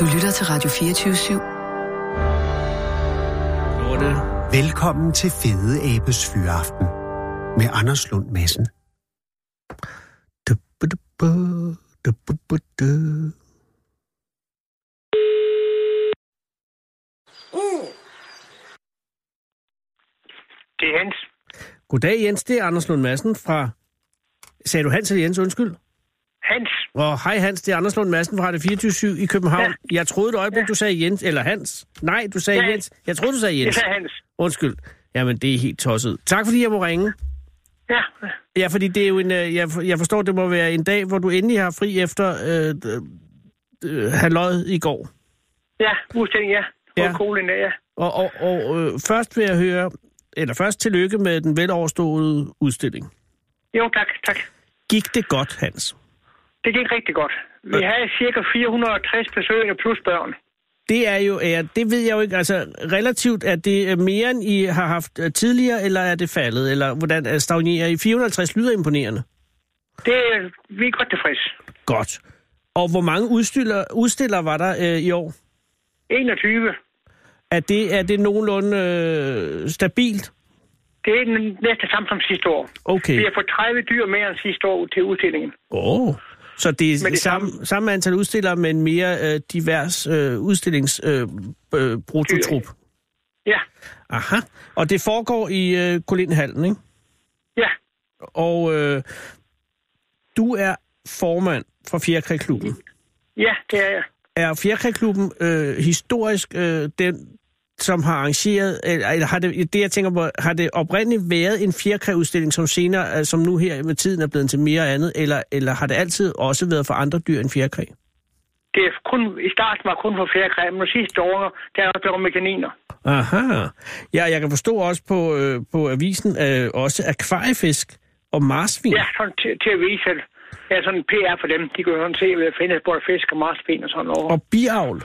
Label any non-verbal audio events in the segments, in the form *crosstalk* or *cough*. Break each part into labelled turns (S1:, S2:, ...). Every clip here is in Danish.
S1: Du lytter til Radio 24
S2: Lorte.
S3: Velkommen til Fede Abes Fyraften med Anders Lund Madsen. Du-bu-du-bu, du-bu-bu-du.
S4: Det er Hans.
S2: Goddag Jens, det er Anders Lund Madsen fra... Sagde du Hans eller Jens, undskyld?
S4: Hans.
S2: Og hej Hans, det er Anders Lund Madsen fra Radio 24 i København. Ja. Jeg troede et øjeblik, ja. du sagde Jens, eller Hans. Nej, du sagde ja.
S4: Ja.
S2: Jens. Jeg troede, du sagde
S4: Det
S2: Jens.
S4: er Hans.
S2: Undskyld. Jamen, det er helt tosset. Tak fordi jeg må ringe.
S4: Ja.
S2: Ja, fordi det er jo en... øh, Jeg, for- jeg forstår, det må være en dag, hvor du endelig har fri efter øh, øh, halvøjet i går.
S4: Ja, fuldstændig ja.
S2: Ja.
S4: Ja. Og kolen er ja.
S2: Og, og, og øh, først vil jeg høre... Eller først tillykke med den veloverståede udstilling.
S4: Jo, tak, tak.
S2: Gik det godt, Hans?
S4: Det gik rigtig godt. Vi havde cirka 460 besøgende plus børn.
S2: Det er jo, ja, det ved jeg jo ikke, altså relativt, er det øh, mere end I har haft øh, tidligere, eller er det faldet, eller hvordan øh, stagnerer I? 450 lyder imponerende.
S4: Det, er- vi er godt tilfredse.
S2: Godt. Og hvor mange udstiller, udstillere var der øh, i år?
S4: 21.
S2: Er det, er det nogenlunde øh, stabilt?
S4: Det er den næste samme som sidste år.
S2: Okay.
S4: Vi har fået 30 dyr mere end sidste år til udstillingen.
S2: Åh. Oh. Så det er
S4: Men
S2: det
S4: det
S2: samme, samme antal udstillere, men mere øh, divers øh, udstillings øh, øh, brutotrup.
S4: Ja,
S2: Aha. Og det foregår i øh, Kolindhallen, ikke?
S4: ja,
S2: Og øh, du er formand for Fjerkræklubben.
S4: ja, det er jeg.
S2: Er Fjerkræklubben øh, historisk øh, den, som har arrangeret, eller, eller har det, det jeg tænker på, har det oprindeligt været en fjerkræudstilling, som senere, øh, som nu her med tiden er blevet til mere andet, eller, eller har det altid også været for andre dyr end fjerkræ?
S4: Det er kun, I starten var kun for fjerkræ, men sidste år, der er der blevet med kaniner.
S2: Aha. Ja, jeg kan forstå også på, øh, på avisen, øh, også akvariefisk og marsvin.
S4: Ja, sådan til, til at vise, at jeg er sådan en PR for dem. De kan jo sådan se, hvad der findes både fisk og marsvin og sådan noget.
S2: Og biavl.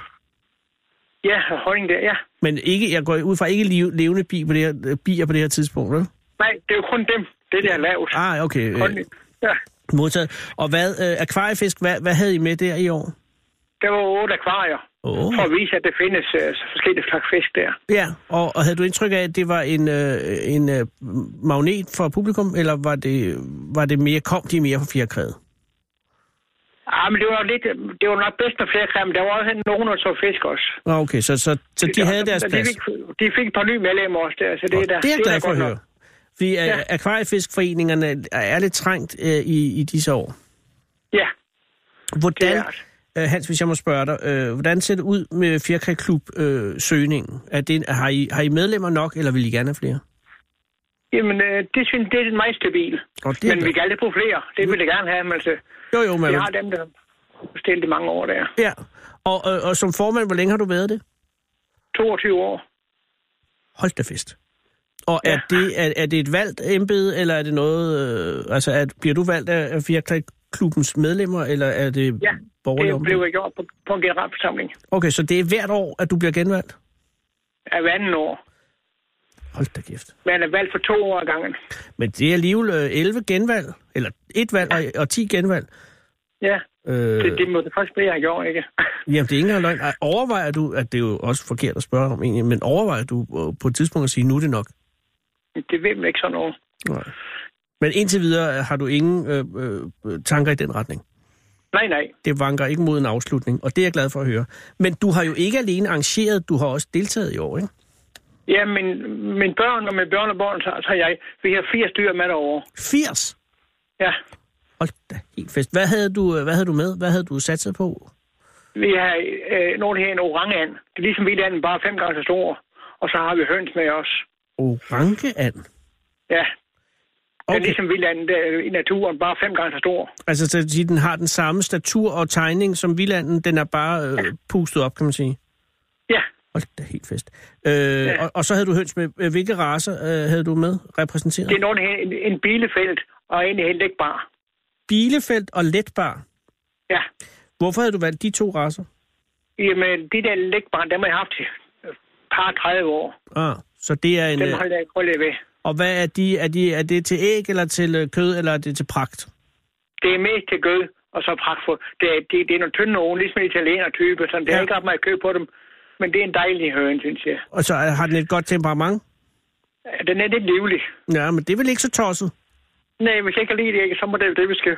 S4: Ja, og honning der, ja.
S2: Men ikke, jeg går ud fra ikke liv- levende bi på det her, øh, bier på det her tidspunkt, vel?
S4: Nej, det er jo kun dem, det der er lavt.
S2: Ah, okay. Øh,
S4: Honning. Ja,
S2: modtaget. Og hvad, øh, akvariefisk, hvad, hvad havde I med der i år?
S4: der var otte akvarier,
S2: Åh.
S4: for at vise, at der findes uh, forskellige slags fisk der.
S2: Ja, og, og havde du indtryk af, at det var en, øh, en øh, magnet for publikum, eller var det, var det mere, kom de mere på fjerkræet?
S4: Ah, men det var, lidt, det var nok bedst med fjerkræ, men der var også nogen, der så fisk også.
S2: Nå, Okay, så, så, så de havde deres
S4: Men
S2: plads.
S4: De fik, de fik et par nye medlemmer også der, så det,
S2: Og
S4: er da-
S2: det er jeg
S4: da
S2: glad for at
S4: godt
S2: høre.
S4: nok.
S2: Fordi ja.
S4: Ja.
S2: akvariefiskforeningerne er lidt trængt øh, i, i disse år.
S4: Ja, det
S2: Hvordan,
S4: er altså- det.
S2: øh, Hans, hvis jeg må spørge dig, øh, hvordan ser det ud med Fjerkræklub-søgningen? er det, har, I, har I medlemmer nok, eller vil I gerne have flere?
S4: Jamen, øh, det synes det er meget stabilt.
S2: Og det er
S4: Men vi
S2: godt.
S4: kan aldrig bruge flere. Det vil jeg gerne have, men altså,
S2: Jo, jo, men...
S4: vi har dem, der har stillet i mange år der.
S2: Ja, og, og, og som formand, hvor længe har du været det?
S4: 22 år.
S2: Hold da fest. Og er,
S4: Ja.
S2: det, er, er det et valgt embede, eller er det noget... Øh, altså, at, bliver du valgt af af Fjerkræklubbens medlemmer, eller er det
S4: Ja,
S2: borgerlige
S4: Det
S2: ombud?
S4: blev jeg gjort på, på en generalforsamling
S2: Okay, så det er hvert år, at du bliver genvalgt?
S4: af hver anden år.
S2: Hold da kæft.
S4: Man er valgt for to år ad gangen.
S2: Men det er alligevel øh, 11 genvalg, eller et valg og, og 10 genvalg.
S4: Ja,
S2: Øh,
S4: det, det må det først blive, jeg har gjort, ikke? *laughs*
S2: Jamen, det er ikke engang løgn. Ej, Overvejer du, at det er jo også forkert at spørge om egentlig, men overvejer du øh, på et tidspunkt at sige, nu er det nok?
S4: Det ved man ikke sådan noget.
S2: Nej. Men indtil videre øh, har du ingen øh, øh, tanker i den retning.
S4: Nej, nej.
S2: Det vanker ikke mod en afslutning, og det er jeg glad for at høre. Men du har jo ikke alene arrangeret, du har også deltaget i år, ikke?
S4: Ja, men mine børn og mine børnebørn, så, så jeg, vi har 80 dyr med derovre.
S2: 80!
S4: Ja,
S2: Hold da, helt fest. Hvad havde, du, øh, hvad havde du med? Hvad havde du satset på?
S4: vi har øh, nogle her en orange and. Det er ligesom vi anden, bare fem gange så stor. Og så har vi høns med os.
S2: Orangeand.
S4: Ja, det er
S2: Okay,
S4: ligesom vi anden i naturen, bare fem gange så stor.
S2: altså så at sige, den har den samme statur og tegning som Vilanden, den er bare øh, pustet op, kan man sige.
S4: Ja,
S2: Hold da helt fest. Øh, ja. og, og så havde du høns med, øh, hvilke raser øh, havde du med repræsenteret?
S4: det er nogle her, en, en bilefelt og en helt bar.
S2: Bielefeld og Letbar.
S4: Ja,
S2: Hvorfor havde du valgt de to raser?
S4: jamen de der lægbarn, dem har jeg haft i et par 30 år.
S2: Ah, så det er en...
S4: Dem
S2: Øh,
S4: holder jeg ikke lidt ved.
S2: og hvad er de? Er, de, er det til æg eller til øh, kød, eller er det til pragt?
S4: Det er mest til gød, og så pragtfuldt. Det, er- det, det er nogle tynde nogen, ligesom en italiener type, sådan. Det er
S2: Ja.
S4: ikke ret meget køb på dem, men det er en dejlig høne, synes jeg.
S2: Og så øh, har den et godt temperament?
S4: Ja, Den er lidt livlig.
S2: Ja, men det er vel ikke så tosset? *laughs*
S4: Nej, hvis jeg ikke kan lide det, ikke, så må det jo det, vi skal.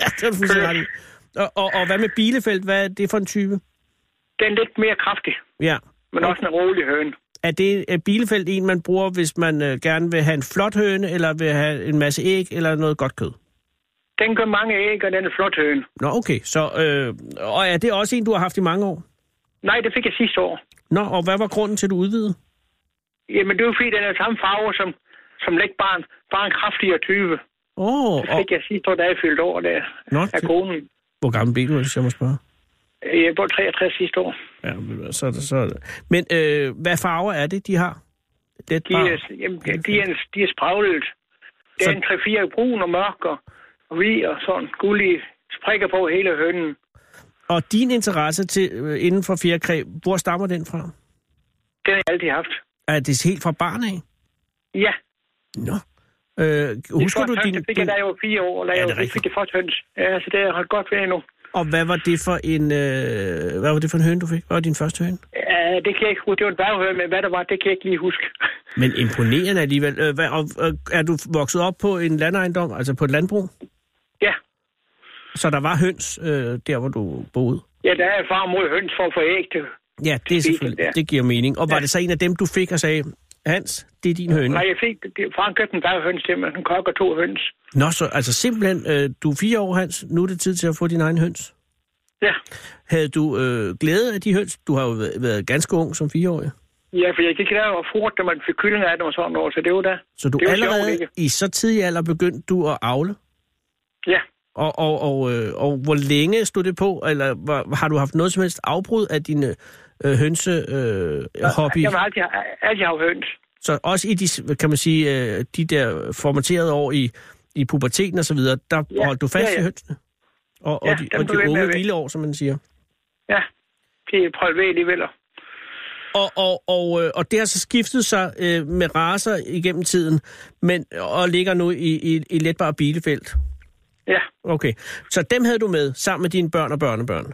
S2: Ja, det er du fuldstændig ret i. Og, og, og hvad med Bielefeldt? Hvad er det for en type?
S4: Den er lidt mere kraftig,
S2: Ja.
S4: men også en rolig høne.
S2: Er det er Bielefeldt en, man bruger, hvis man øh, gerne vil have en flot høne, eller vil have en masse æg, eller noget godt kød?
S4: Den gør mange æg, og den er flot høne.
S2: Nå, okay. Så, øh, og er det også en, du har haft i mange år?
S4: Nej, det fik jeg sidste år.
S2: Nå, og hvad var grunden til, at du udvidede?
S4: Jamen, det er jo fordi, den er samme farve som, som lægbarn. Bare en kraftigere type.
S2: Åh, oh,
S4: Det fik jeg sidste år, da jeg fyldte over der
S2: Nå,
S4: af
S2: det-
S4: konen.
S2: hvor gammel blev du, hvis jeg må spørge?
S4: Jeg var 63 sidste år.
S2: Ja, men hvad- så er det, så er det. Men øh, hvad farver er det, de har? Let
S4: De er, jamen, de, de er, de er spraglet. Der er
S2: Ah. Så-
S4: en 3-4 brun og mørk og, og hvid og sådan gullige prikker på hele hønnen.
S2: Og din interesse til, øh, inden for fjerkræ, hvor stammer den fra?
S4: Den har jeg altid haft.
S2: Er det helt fra barn af?
S4: Ja,
S2: Nå. Øh,
S4: det
S2: husker du
S4: første høns,
S2: din...
S4: jeg fik jeg, da jeg var fire år, da
S2: Ja,
S4: jeg
S2: det er
S4: var- fik
S2: rigtigt.
S4: det første høns. Ja, så det har jeg holdt godt ved endnu.
S2: Og hvad var det for en... Øh, hvad var det for en høne, du fik? Hvad var din første høne?
S4: Ja, det kan jeg ikke huske. Det var en baghør, men hvad der var, det kan jeg ikke lige huske. *laughs*
S2: Men imponerende alligevel. Øh, hvad, og, og, er du vokset op på en landejendom, altså på et landbrug?
S4: Ja,
S2: Så der var høns øh, der, hvor du boede?
S4: ja der er far mod høns for at få æg til.
S2: Ja, det er
S4: Fik den
S2: selvfølgelig.
S4: der.
S2: Det giver mening. Og var
S4: Ja.
S2: det så en af dem, du fik og sagde, Hans, det er din høne?
S4: Nej, jeg fik, det- faren købte en baghøns til mig, en kok og to høns.
S2: Nå, så altså simpelthen, øh, du er fire år, Hans. Nu er det tid til at få din egen høns.
S4: Ja.
S2: Havde du øh, glæde af de høns? Du har jo været, været ganske ung som fireårig.
S4: ja, for jeg gik der og furt, da man fik kyllinger af dem og sådan noget, så det var da.
S2: Så du
S4: Det er jo sjovt,
S2: allerede
S4: ikke?
S2: i så tidlig alder begyndte du at avle?
S4: Ja,
S2: Og, og, og, øh, og hvor længe stod det på? Eller var, har du haft noget som helst afbrud af din øh, hønse øh, hobby?
S4: jeg har altid, altid haft høns.
S2: Så også i de, kan man sige, øh, de der formaterede år i, i puberteten og så videre, der ja,
S4: Ja,
S2: holdt du fast
S4: ja,
S2: ja,
S4: ja.
S2: i hønsene? Og,
S4: Ja,
S2: og de,
S4: dem
S2: og
S4: blev jeg
S2: de
S4: ved med
S2: unge
S4: at vække.
S2: vilde år, som man siger.
S4: Ja, det prøvede ved alligevel.
S2: Og, og, og, øh, og det har så skiftet sig øh, med raser igennem tiden, men, og ligger nu i, i, i letbare bilefelt.
S4: Ja,
S2: Okay, så dem havde du med sammen med dine børn og børnebørn.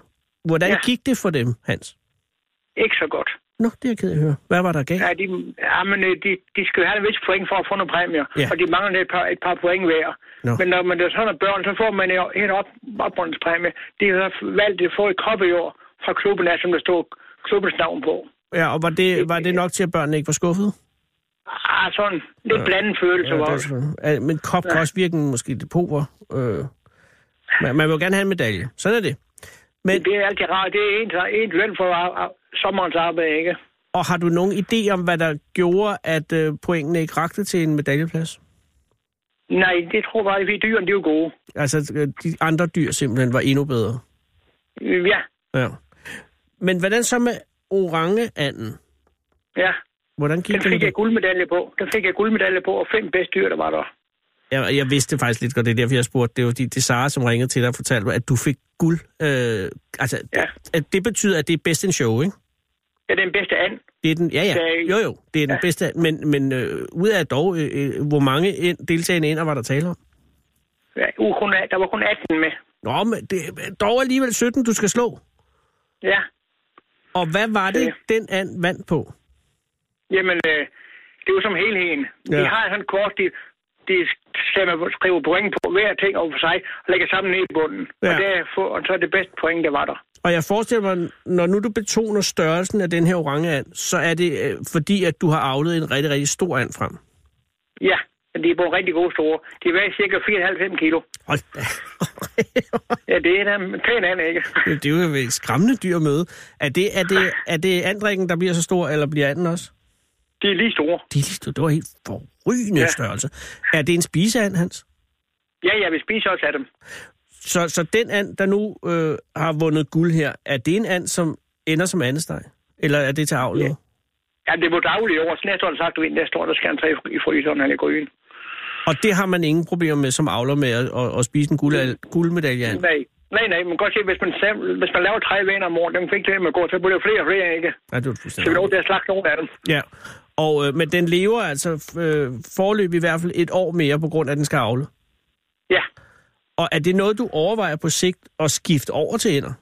S2: Hvordan ja.
S4: Ja.
S2: gik det for dem, Hans?
S4: ikke så godt.
S2: Nå, det er jeg ked af at høre. Hvad var der galt?
S4: Ja, de, ja men øh, de, de skal jo have en vis point for at få nogle præmier,
S2: Ja.
S4: ja. og de mangler et par, et par point hver.
S2: Nå.
S4: Men når man er sådan er børn, så får man jo en op, opmåndspræmie. De har valgt at få et kop i år fra klubben af, som der stod klubbens navn på.
S2: Ja, og var det, var det nok til, at børnene ikke var skuffede?
S4: Ah, sådan lidt blandet følelse
S2: Ja,
S4: var
S2: det er
S4: det.
S2: selvfølgelig- ja, men kop kan også virke en- måske lidt pover. Øh, man, man vil jo gerne have en medalje. Sådan er det. Men,
S4: Det er altid rart. Det er en, en løn for ar- ar- sommerens arbejde, ikke?
S2: og har du nogen idé om, hvad der gjorde, at øh, pointene ikke rakte til en medaljeplads?
S4: Nej, det tror jeg bare, at vi dyrene, de er jo gode.
S2: Altså, øh, de andre dyr simpelthen var endnu bedre.
S4: Ja,
S2: Ja. Men hvordan så med orangeanden?
S4: ja.
S2: Hvordan gik
S4: Den
S2: det med
S4: fik jeg
S2: det?
S4: guldmedalje på. Den fik jeg guldmedalje på, og fem bedste dyr, der var der.
S2: Jeg, jeg vidste faktisk lidt godt, det er derfor, jeg spurgte. Det var de, det er Sara, som ringede til dig og fortalte mig, at du fik guld. Øh, altså,
S4: Ja.
S2: at det betyder, at det er best in show, ikke?
S4: Ja, den bedste and.
S2: Det er den, ja, ja.
S4: Dag.
S2: Jo, jo, det er den ja. bedste. Men, men øh, ud af dog, øh, øh, hvor mange ind, deltagende ind, var der tale om?
S4: Ja, uh, kun, der var kun 18 med.
S2: Nå, men det er dog alligevel 17, du skal slå.
S4: Ja,
S2: Og hvad var det,
S4: Ja.
S2: den and vandt på?
S4: jamen, øh, det er jo som helheden.
S2: Ja.
S4: Ja. De har sådan et kort, de, de stemmer, skriver point på hver ting over for sig, og lægger sammen ned i bunden.
S2: Ja.
S4: Ja. Og, der, får- og så er det bedste point, der var der.
S2: Og jeg forestiller mig, når nu du betoner størrelsen af den her orange and, så er det øh, fordi, at du har avlet en rigtig, rigtig stor and frem.
S4: Ja, men de er både rigtig gode store. De vejer cirka 4,5 kilo.
S2: Hold da.
S4: Ja, det er da en pæn and, ikke?
S2: *laughs* det er jo et skræmmende dyr at møde. Er det, er det, er det andrikken, der bliver så stor, eller bliver anden også?
S4: *laughs* De er lige store.
S2: Det, er lige, så- det var helt forrygende ja.
S4: Ja.
S2: størrelse. Er det en spiseand, Hans?
S4: Ja, jeg vil spise også af dem.
S2: Så, så den and, der nu øh, har vundet guld her, er det en and, som ender som andesteg? Eller er det til avl nu?
S4: Ja. Ja, det var dagligt over. Så næste år, der sagt, du ved, næste år, der skal han tage i fryseren eller grøn.
S2: Og det har man ingen problemer med som avler med at, at, at spise en guld, guldmedalje and.
S4: Nej, nej, nej. Man kan godt se, hvis man, sam- hvis man laver 30 vaner om året, dem fik til, at man går, så bliver det flere og flere, ikke?
S2: Ja, det er
S4: Så vi
S2: fuldstændig.
S4: når
S2: rigtigt.
S4: til at slagte nogle af dem.
S2: Ja. Og, øh, men den lever altså øh, forløb i hvert fald et år mere, på grund af, at den skal avle.
S4: Ja,
S2: Og er det noget, du overvejer på sigt at skifte over til ender?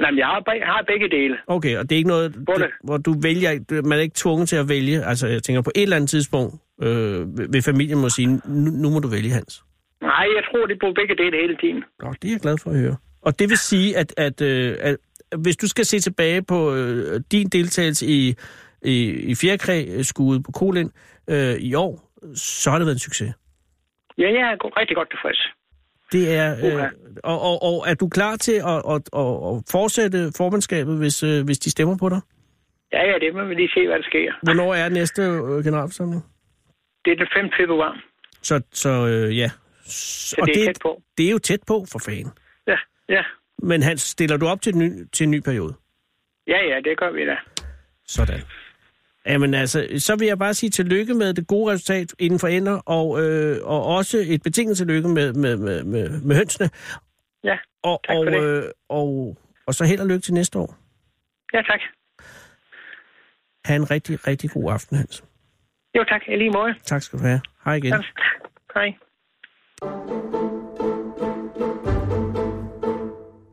S4: Nej, men jeg har, beg- har begge dele.
S2: Okay, og det er ikke noget,
S4: Hvor
S2: det,
S4: det-
S2: hvor du vælger, du- man er ikke tvunget til at vælge. Altså, jeg tænker på et eller andet tidspunkt, øh, vil- vil familien må sige, nu, nu må du vælge, Hans.
S4: Nej, jeg tror, de bruger begge dele hele tiden.
S2: Nå, det er jeg glad for at høre. Og det vil sige, at, at, øh, at hvis du skal se tilbage på øh, din deltagelse i, i, i fjerkræskuddet på Kolin øh, i år, så har det været en succes.
S4: Ja, jeg er go- rigtig godt tilfreds.
S2: Det er, øh,
S4: Uha.
S2: og, og, og er du klar til at, at, at, at fortsætte formandskabet, hvis, øh, hvis de stemmer på dig?
S4: Ja, ja, det må vi lige se, hvad der sker.
S2: Hvornår er næste øh, generalforsamling?
S4: Det er den 5. februar,
S2: Så, så øh, ja. Så,
S4: så det er tæt på.
S2: det er jo tæt på, for fanden.
S4: Ja, ja.
S2: Men Hans, stiller du op til en ny, til en ny periode?
S4: Ja, ja, det gør vi da.
S2: Sådan. Jamen altså, så vil jeg bare sige tillykke med det gode resultat inden for ender, og, øh, og også et betinget tillykke med, med, med, med, med hønsene.
S4: Ja,
S2: Og,
S4: Tak for
S2: og,
S4: det.
S2: Øh, og, og så held og lykke til næste år.
S4: ja tak.
S2: Ha' en rigtig, rigtig god aften, Hans.
S4: Jo, tak. I lige måde.
S2: Tak skal du have. Hej igen.
S4: Ja. Hej.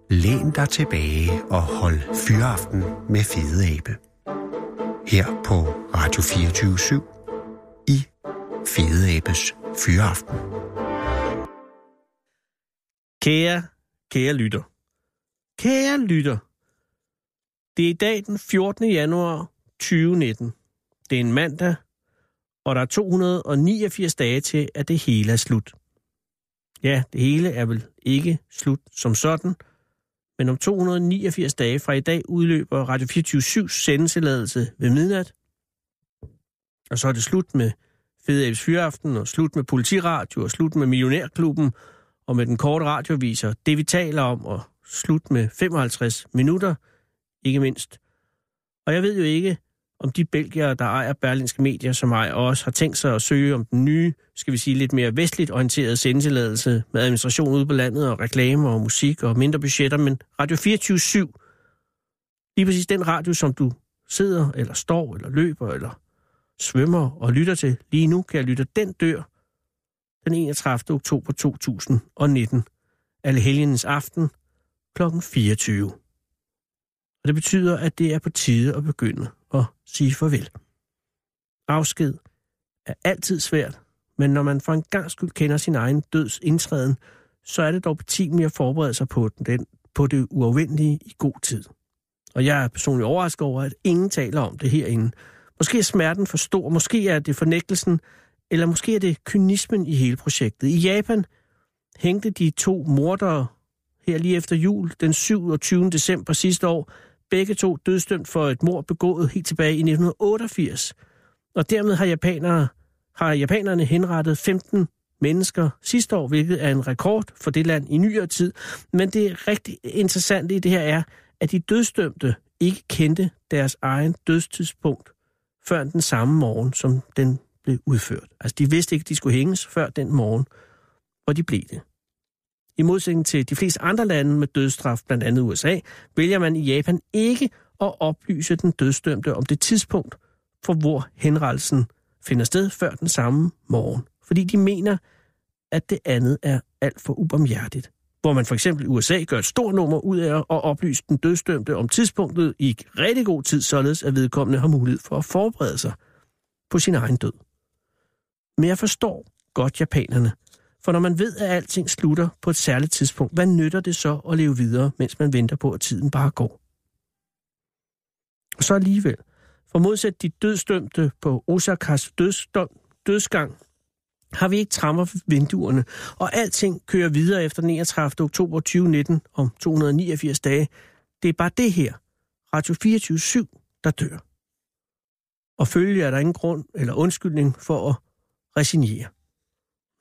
S3: Læn dig tilbage og hold fyraften med Fede Abe. Her på Radio 24 i Fede Abes Fyraften.
S2: Kære, kære lytter. Kære lytter. Det er i dag den 14. januar 2019. Det er en mandag, og der er 289 dage til, at det hele er slut. Ja, det hele er vel ikke slut som sådan, men om 289 dage fra i dag udløber Radio 24 sendetilladelse ved midnat. Og så er det slut med Fede Abes Fyraften, og slut med Politiradio, og slut med Millionærklubben, og med den korte radioviser, det vi taler om, og slut med 55 minutter, ikke mindst. Og jeg ved jo ikke, om de belgiere, der ejer berlinske medier som mig, også har tænkt sig at søge om den nye, skal vi sige lidt mere vestligt orienterede sendetilladelse med administration ude på landet og reklamer og musik og mindre budgetter, men Radio 24 lige præcis den radio, som du sidder eller står eller løber eller svømmer og lytter til lige nu, kan jeg lytte, den dør den 31. oktober 2019, Allehelgens aften kl. 24. Og det betyder, at det er på tide at begynde at sige farvel. Afsked er altid svært, men når man for en gang skyld kender sin egen døds indtræden, så er det dog betimeligt at forberede sig på, den, på det uafvendelige i god tid. Og jeg er personligt overrasket over, at ingen taler om det herinde. Måske er smerten for stor, måske er det fornægtelsen, eller måske er det kynismen i hele projektet. I Japan hængte de to mordere her lige efter jul den 27. december sidste år, begge to dødsdømt for et mord begået helt tilbage i 1988. Og dermed har japanere har japanerne henrettet 15 mennesker sidste år, hvilket er en rekord for det land i nyere tid. Men det rigtig interessante i det her er, at de dødsdømte ikke kendte deres egen dødstidspunkt før den samme morgen, som den blev udført. Altså, de vidste ikke, de skulle hænges før den morgen, og de blev det. I modsætning til de fleste andre lande med dødsstraf, blandt andet USA, vælger man i Japan ikke at oplyse den dødsdømte om det tidspunkt, for hvor henrettelsen finder sted før den samme morgen. Fordi de mener, at det andet er alt for ubarmhjertigt. Hvor man for eksempel i USA gør et stort nummer ud af at oplyse den dødsdømte om tidspunktet i rigtig god tid, således at vedkommende har mulighed for at forberede sig på sin egen død. Men jeg forstår godt japanerne. For når man ved, at alting slutter på et særligt tidspunkt, hvad nytter det så at leve videre, mens man venter på, at tiden bare går? Og så alligevel. For modsat de dødsdømte på Osakas dødsdom, dødsgang, har vi ikke trammer for vinduerne, og alting kører videre efter den 31. oktober 2019 om 289 dage. Det er bare det her, Radio 24 der dør. Og følge er der ingen grund eller undskyldning for at resignere.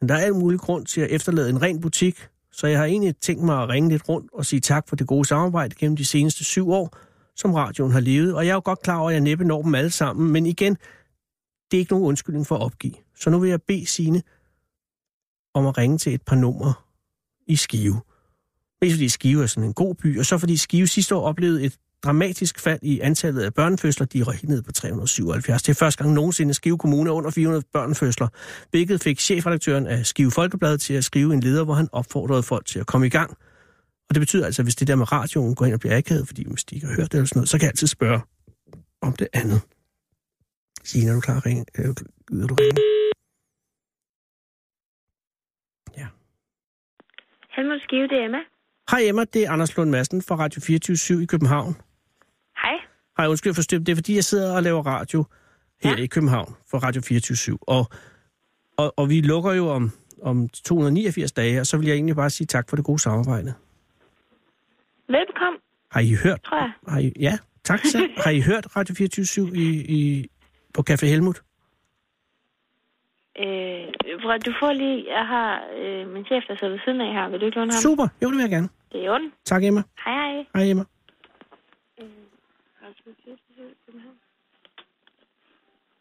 S2: Men der er alt mulig grund til at efterlade en ren butik, så jeg har egentlig tænkt mig at ringe lidt rundt og sige tak for det gode samarbejde gennem de seneste syv år, som radioen har levet. Og jeg er jo godt klar over, at jeg næppe når dem alle sammen, men igen, det er ikke nogen undskyldning for at opgive. Så nu vil jeg bede sine om at ringe til et par numre i Skive. Mest fordi Skive er sådan en god by, og så fordi Skive sidste år oplevede et dramatisk fald i antallet af børnefødsler. De røg helt ned på 377. Det er første gang nogensinde Skive Kommune er under 400 børnefødsler, hvilket fik chefredaktøren af Skive Folkeblad til at skrive en leder, hvor han opfordrede folk til at komme i gang. Og det betyder altså, at hvis det der med radioen går ind og bliver akavet, fordi hvis de ikke har hørt det eller sådan noget, så kan jeg altid spørge om det andet. Signe, er du klar at ringe? Øh, Gider du ringe?
S5: Helmut Skive, det er Emma.
S2: Hej Emma, det er Anders Lund Madsen fra Radio 24 i København.
S5: Hej.
S2: Hej, undskyld for støbt. Det er fordi, jeg sidder og laver radio her ja.
S5: Ja.
S2: i København for Radio 24 og, og, og vi lukker jo om, om 289 dage, og så vil jeg egentlig bare sige tak for det gode samarbejde.
S5: Velbekomme,
S2: Har I hørt?
S5: tror jeg.
S2: Har I, ja, tak selv. Har I hørt Radio 24 i, i, på Café Helmut?
S5: Øh, prøv at- du får lige... Jeg har øh, min chef, der sidder ved siden af her. Vil du ikke låne ham?
S2: Super, jo det vil jeg gerne.
S5: Det er ondt.
S2: Tak Emma.
S5: Hej, hej.
S2: Hej Emma.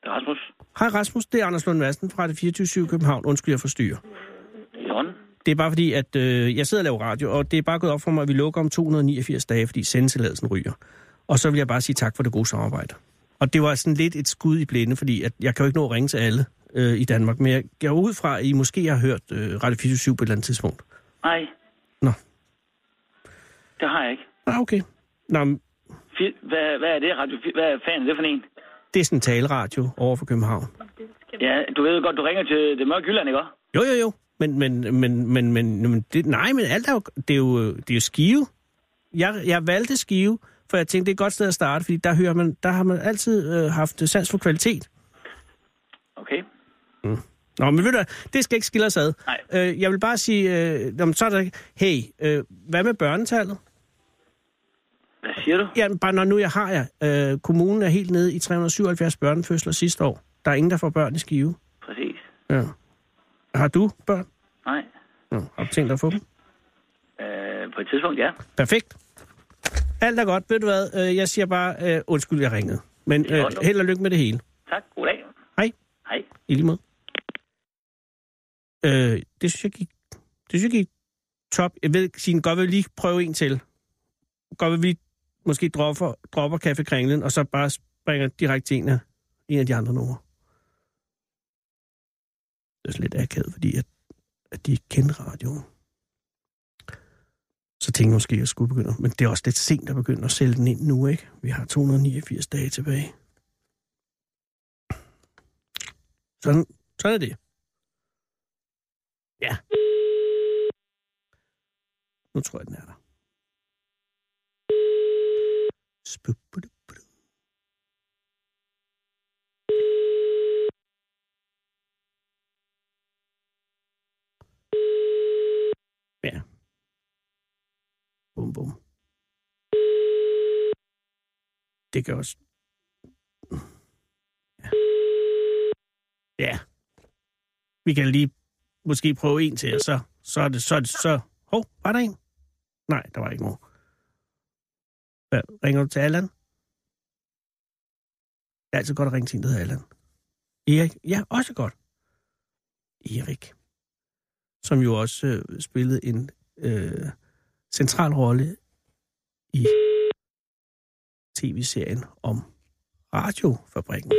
S6: Rasmus,
S2: Hej Rasmus, det er Anders Lund Madsen fra Radio 24 i København. Undskyld, jeg forstyrrer.
S6: Jørgen,
S2: Det er bare fordi, at øh, jeg sidder og laver radio, og det er bare gået op for mig, at vi lukker om 289 dage, fordi sendetilladelsen ryger. Og så vil jeg bare sige tak for det gode samarbejde. Og det var sådan lidt et skud i blinde, fordi at jeg kan jo ikke nå at ringe til alle øh, i Danmark, men jeg går ud fra, at I måske har hørt øh, Radio 24 på et eller andet tidspunkt.
S6: nej,
S2: Nå,
S6: det har jeg ikke.
S2: ah, okay. Nå, men
S6: Fi- Hvad, hvad er det, radio? Fi- Hvad fanden er det for en?
S2: det er sådan en taleradio over for København.
S6: Ja, du ved jo godt, du ringer til det mørke Jylland, ikke også?
S2: Jo, jo, jo. Men, men, men, men, men, men det, nej, men alt er jo, det er jo, øh, det er jo skive. Jeg, jeg valgte skive, for jeg tænkte, det er et godt sted at starte, fordi der, hører man, der har man altid øh, haft sans for kvalitet.
S6: Okay.
S2: Nå, men ved du hvad, det skal ikke skille os ad.
S6: Nej.
S2: Øh, jeg vil bare sige, øh, nå, men så er der, hey, øh, hvad med børnetallet?
S6: Hvad siger du?
S2: Jamen, bare når nu jeg har jer. Øh, kommunen er helt nede i 377 børnefødsler sidste år. Der er ingen, der får børn i skive.
S6: Præcis.
S2: Ja. Har du børn?
S6: Nej.
S2: Nå, har du tænkt dig at få dem?
S6: Øh, på et tidspunkt, ja.
S2: Perfekt. Alt er godt. Ved du hvad? Øh, Jeg siger bare, øh, undskyld, jeg ringede. Men
S6: er
S2: øh,
S6: godt.
S2: held og lykke med det hele.
S6: Tak. God dag.
S2: Hej.
S6: Hej.
S2: I lige måde. Øh, det synes jeg gik, det synes jeg gik top. Jeg ved, Signe, godt vil vi lige prøve en til. Godt vil vi måske dropper, dropper Café Kringlen, og så bare springer direkte til en af, en af de andre numre. Det er sådan lidt akavet, fordi at, at de ikke kendte radioen. Så tænkte jeg måske, at jeg skulle begynde. at- Men det er også lidt sent at begynde at sælge den ind nu, ikke? Vi har 289 dage tilbage. Sådan, sådan er det. Ja. Nu tror jeg, den er der. Spubudubudu. Ja. Bum, bum. Det gør også. Ja. ja. Vi kan lige måske prøve en til, og så, så er det, så er det, så... Hov, var der en? Nej, der var ikke nogen. Hvad, ringer du til Allan? Det er altid godt at ringe til en, der hedder Allan. Erik? Ja, også godt. Erik. Som jo også øh, spillede en øh, central rolle i tv-serien om radiofabrikken.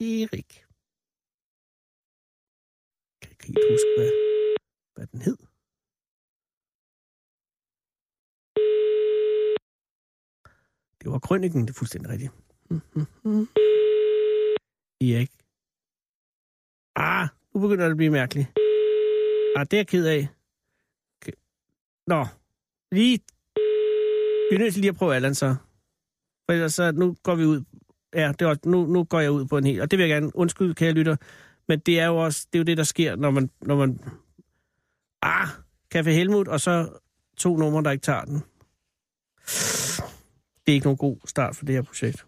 S2: Erik. Jeg kan ikke helt huske, hvad, hvad den hed. Det var krønningen, det er fuldstændig rigtigt. *laughs* Mhm. Erik. Ah, nu begynder det at blive mærkeligt. Ah, det er jeg ked af. Ke- Nå, lige... Vi er nødt til lige at prøve Allan så. For ellers så, nu går vi ud... Ja, det var, nu, nu går jeg ud på en hel... Og det vil jeg gerne... Undskyld, kære lytter. Men det er jo også... Det er jo det, der sker, når man... Når man ah, Café Helmut, og så to numre, der ikke tager den. Det er ikke nogen god start for det her projekt.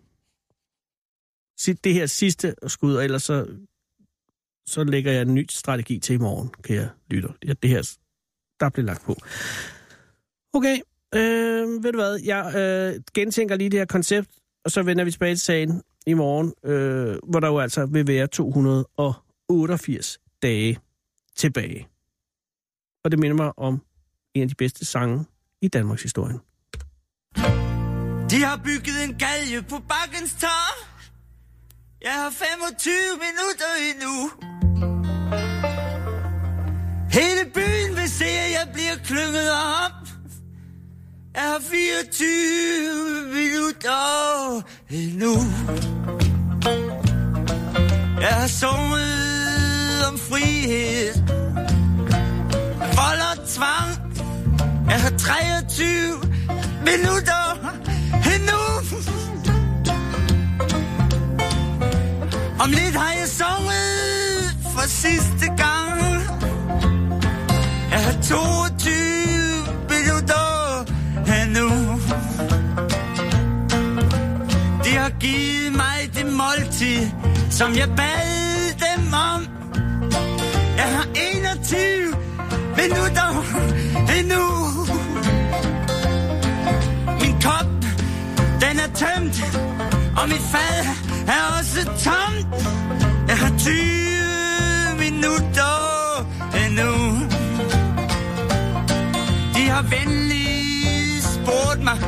S2: Si- Det her sidste skud, og ellers så, så lægger jeg en ny strategi til i morgen, kære lytter. Det er det her, der blev lagt på. Okay, øh, ved du hvad, jeg øh, gentænker lige det her koncept, og så vender vi tilbage til sagen i morgen, øh, hvor der jo altså vil være 288 dage tilbage. Og det minder mig om en af de bedste sange i Danmarks historie.
S7: De har bygget en galge på bakkens tag. Jeg har 25 minutter endnu. Hele byen vil se, at jeg bliver klynget op. Jeg har 24 minutter endnu. Jeg har sunget om frihed. Vold og tvang. Jeg har 23 minutter endnu. Om lidt har jeg sunget for sidste gang. Jeg har 22 minutter endnu. De har givet mig det måltid, som jeg bad dem om. Jeg har 21 minutter endnu. Min kop, den er tømt, og mit fad er også tomt. Jeg har 20 minutter endnu. De har venligt spurgt mig,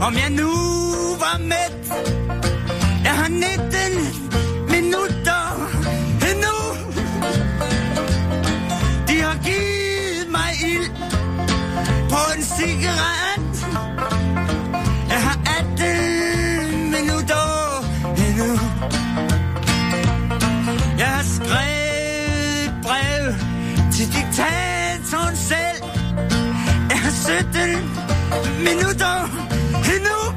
S7: om jeg nu var mæt. Jeg har 19 minutter endnu. De har givet mig ild på en cigaret. Jeg har 18 minutter endnu. Jeg har skrevet et brev til diktatoren selv. Jeg har 17 minutter endnu.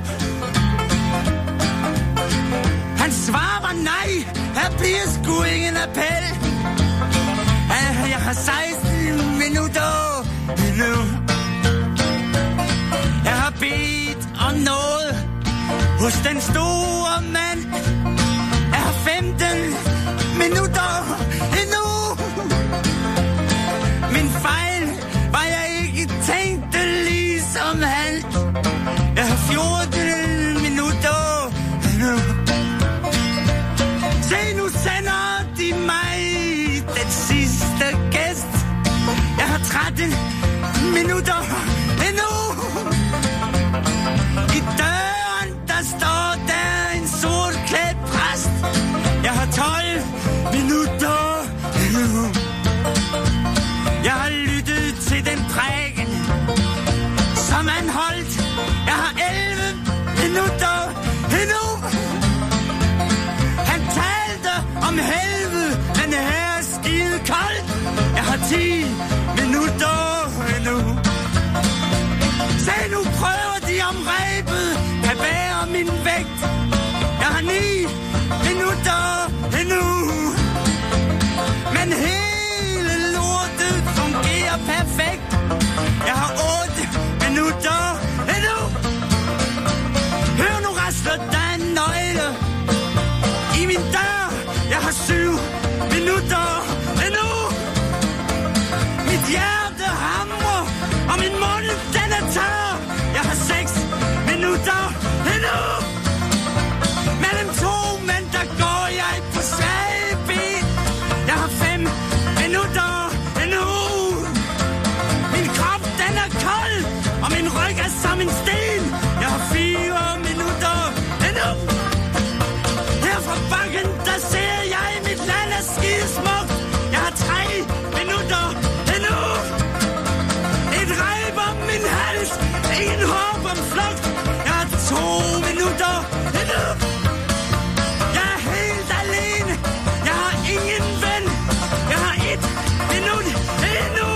S7: Han svarer mig nej, her bliver sgu ingen appel. Ah, Jeg har 16 minutter endnu. Jeg har bedt om noget hos den store mand. Jeg har 15 minutter endnu. Min fejl var jeg ikke tænkte ligesom han. Jeg har 14 minutter nu. Se, nu sender de mig den sidste gæst. Jeg har 13 minutter endnu. I døren, der står der en sort klædt præst. Jeg har 12 minutter endnu. Jeg har lyttet til den prægen, som han holdt. Jeg har 11 minutter endnu. Han talte om helvede, men her er skide koldt. Jeg har 10 minutter endnu. Se, nu prøver de om rebet kan bære min vægt. Jeg har 9 minutter endnu. Men hele lortet fungerer perfekt Jeg har 8 minutter endnu Hør nu rasler der en nøgle I min dør Jeg har 7 minutter endnu Mit hjerte hamrer Og min mund den er tør Jeg har 6 minutter endnu Mellem to mænd, der går jeg på svage ben. Jeg har fem minutter endnu. Min krop, den er kold, og min ryg er som en sten. Jeg har fire minutter endnu. Her fra bakken, der ser jeg, mit land er skidesmukt. Jeg har tre minutter endnu. Et reb om min hals, en håb om flugt. Jeg har to minutter endnu. Jeg er helt alene. Jeg har ingen ven. Jeg har et minut endnu.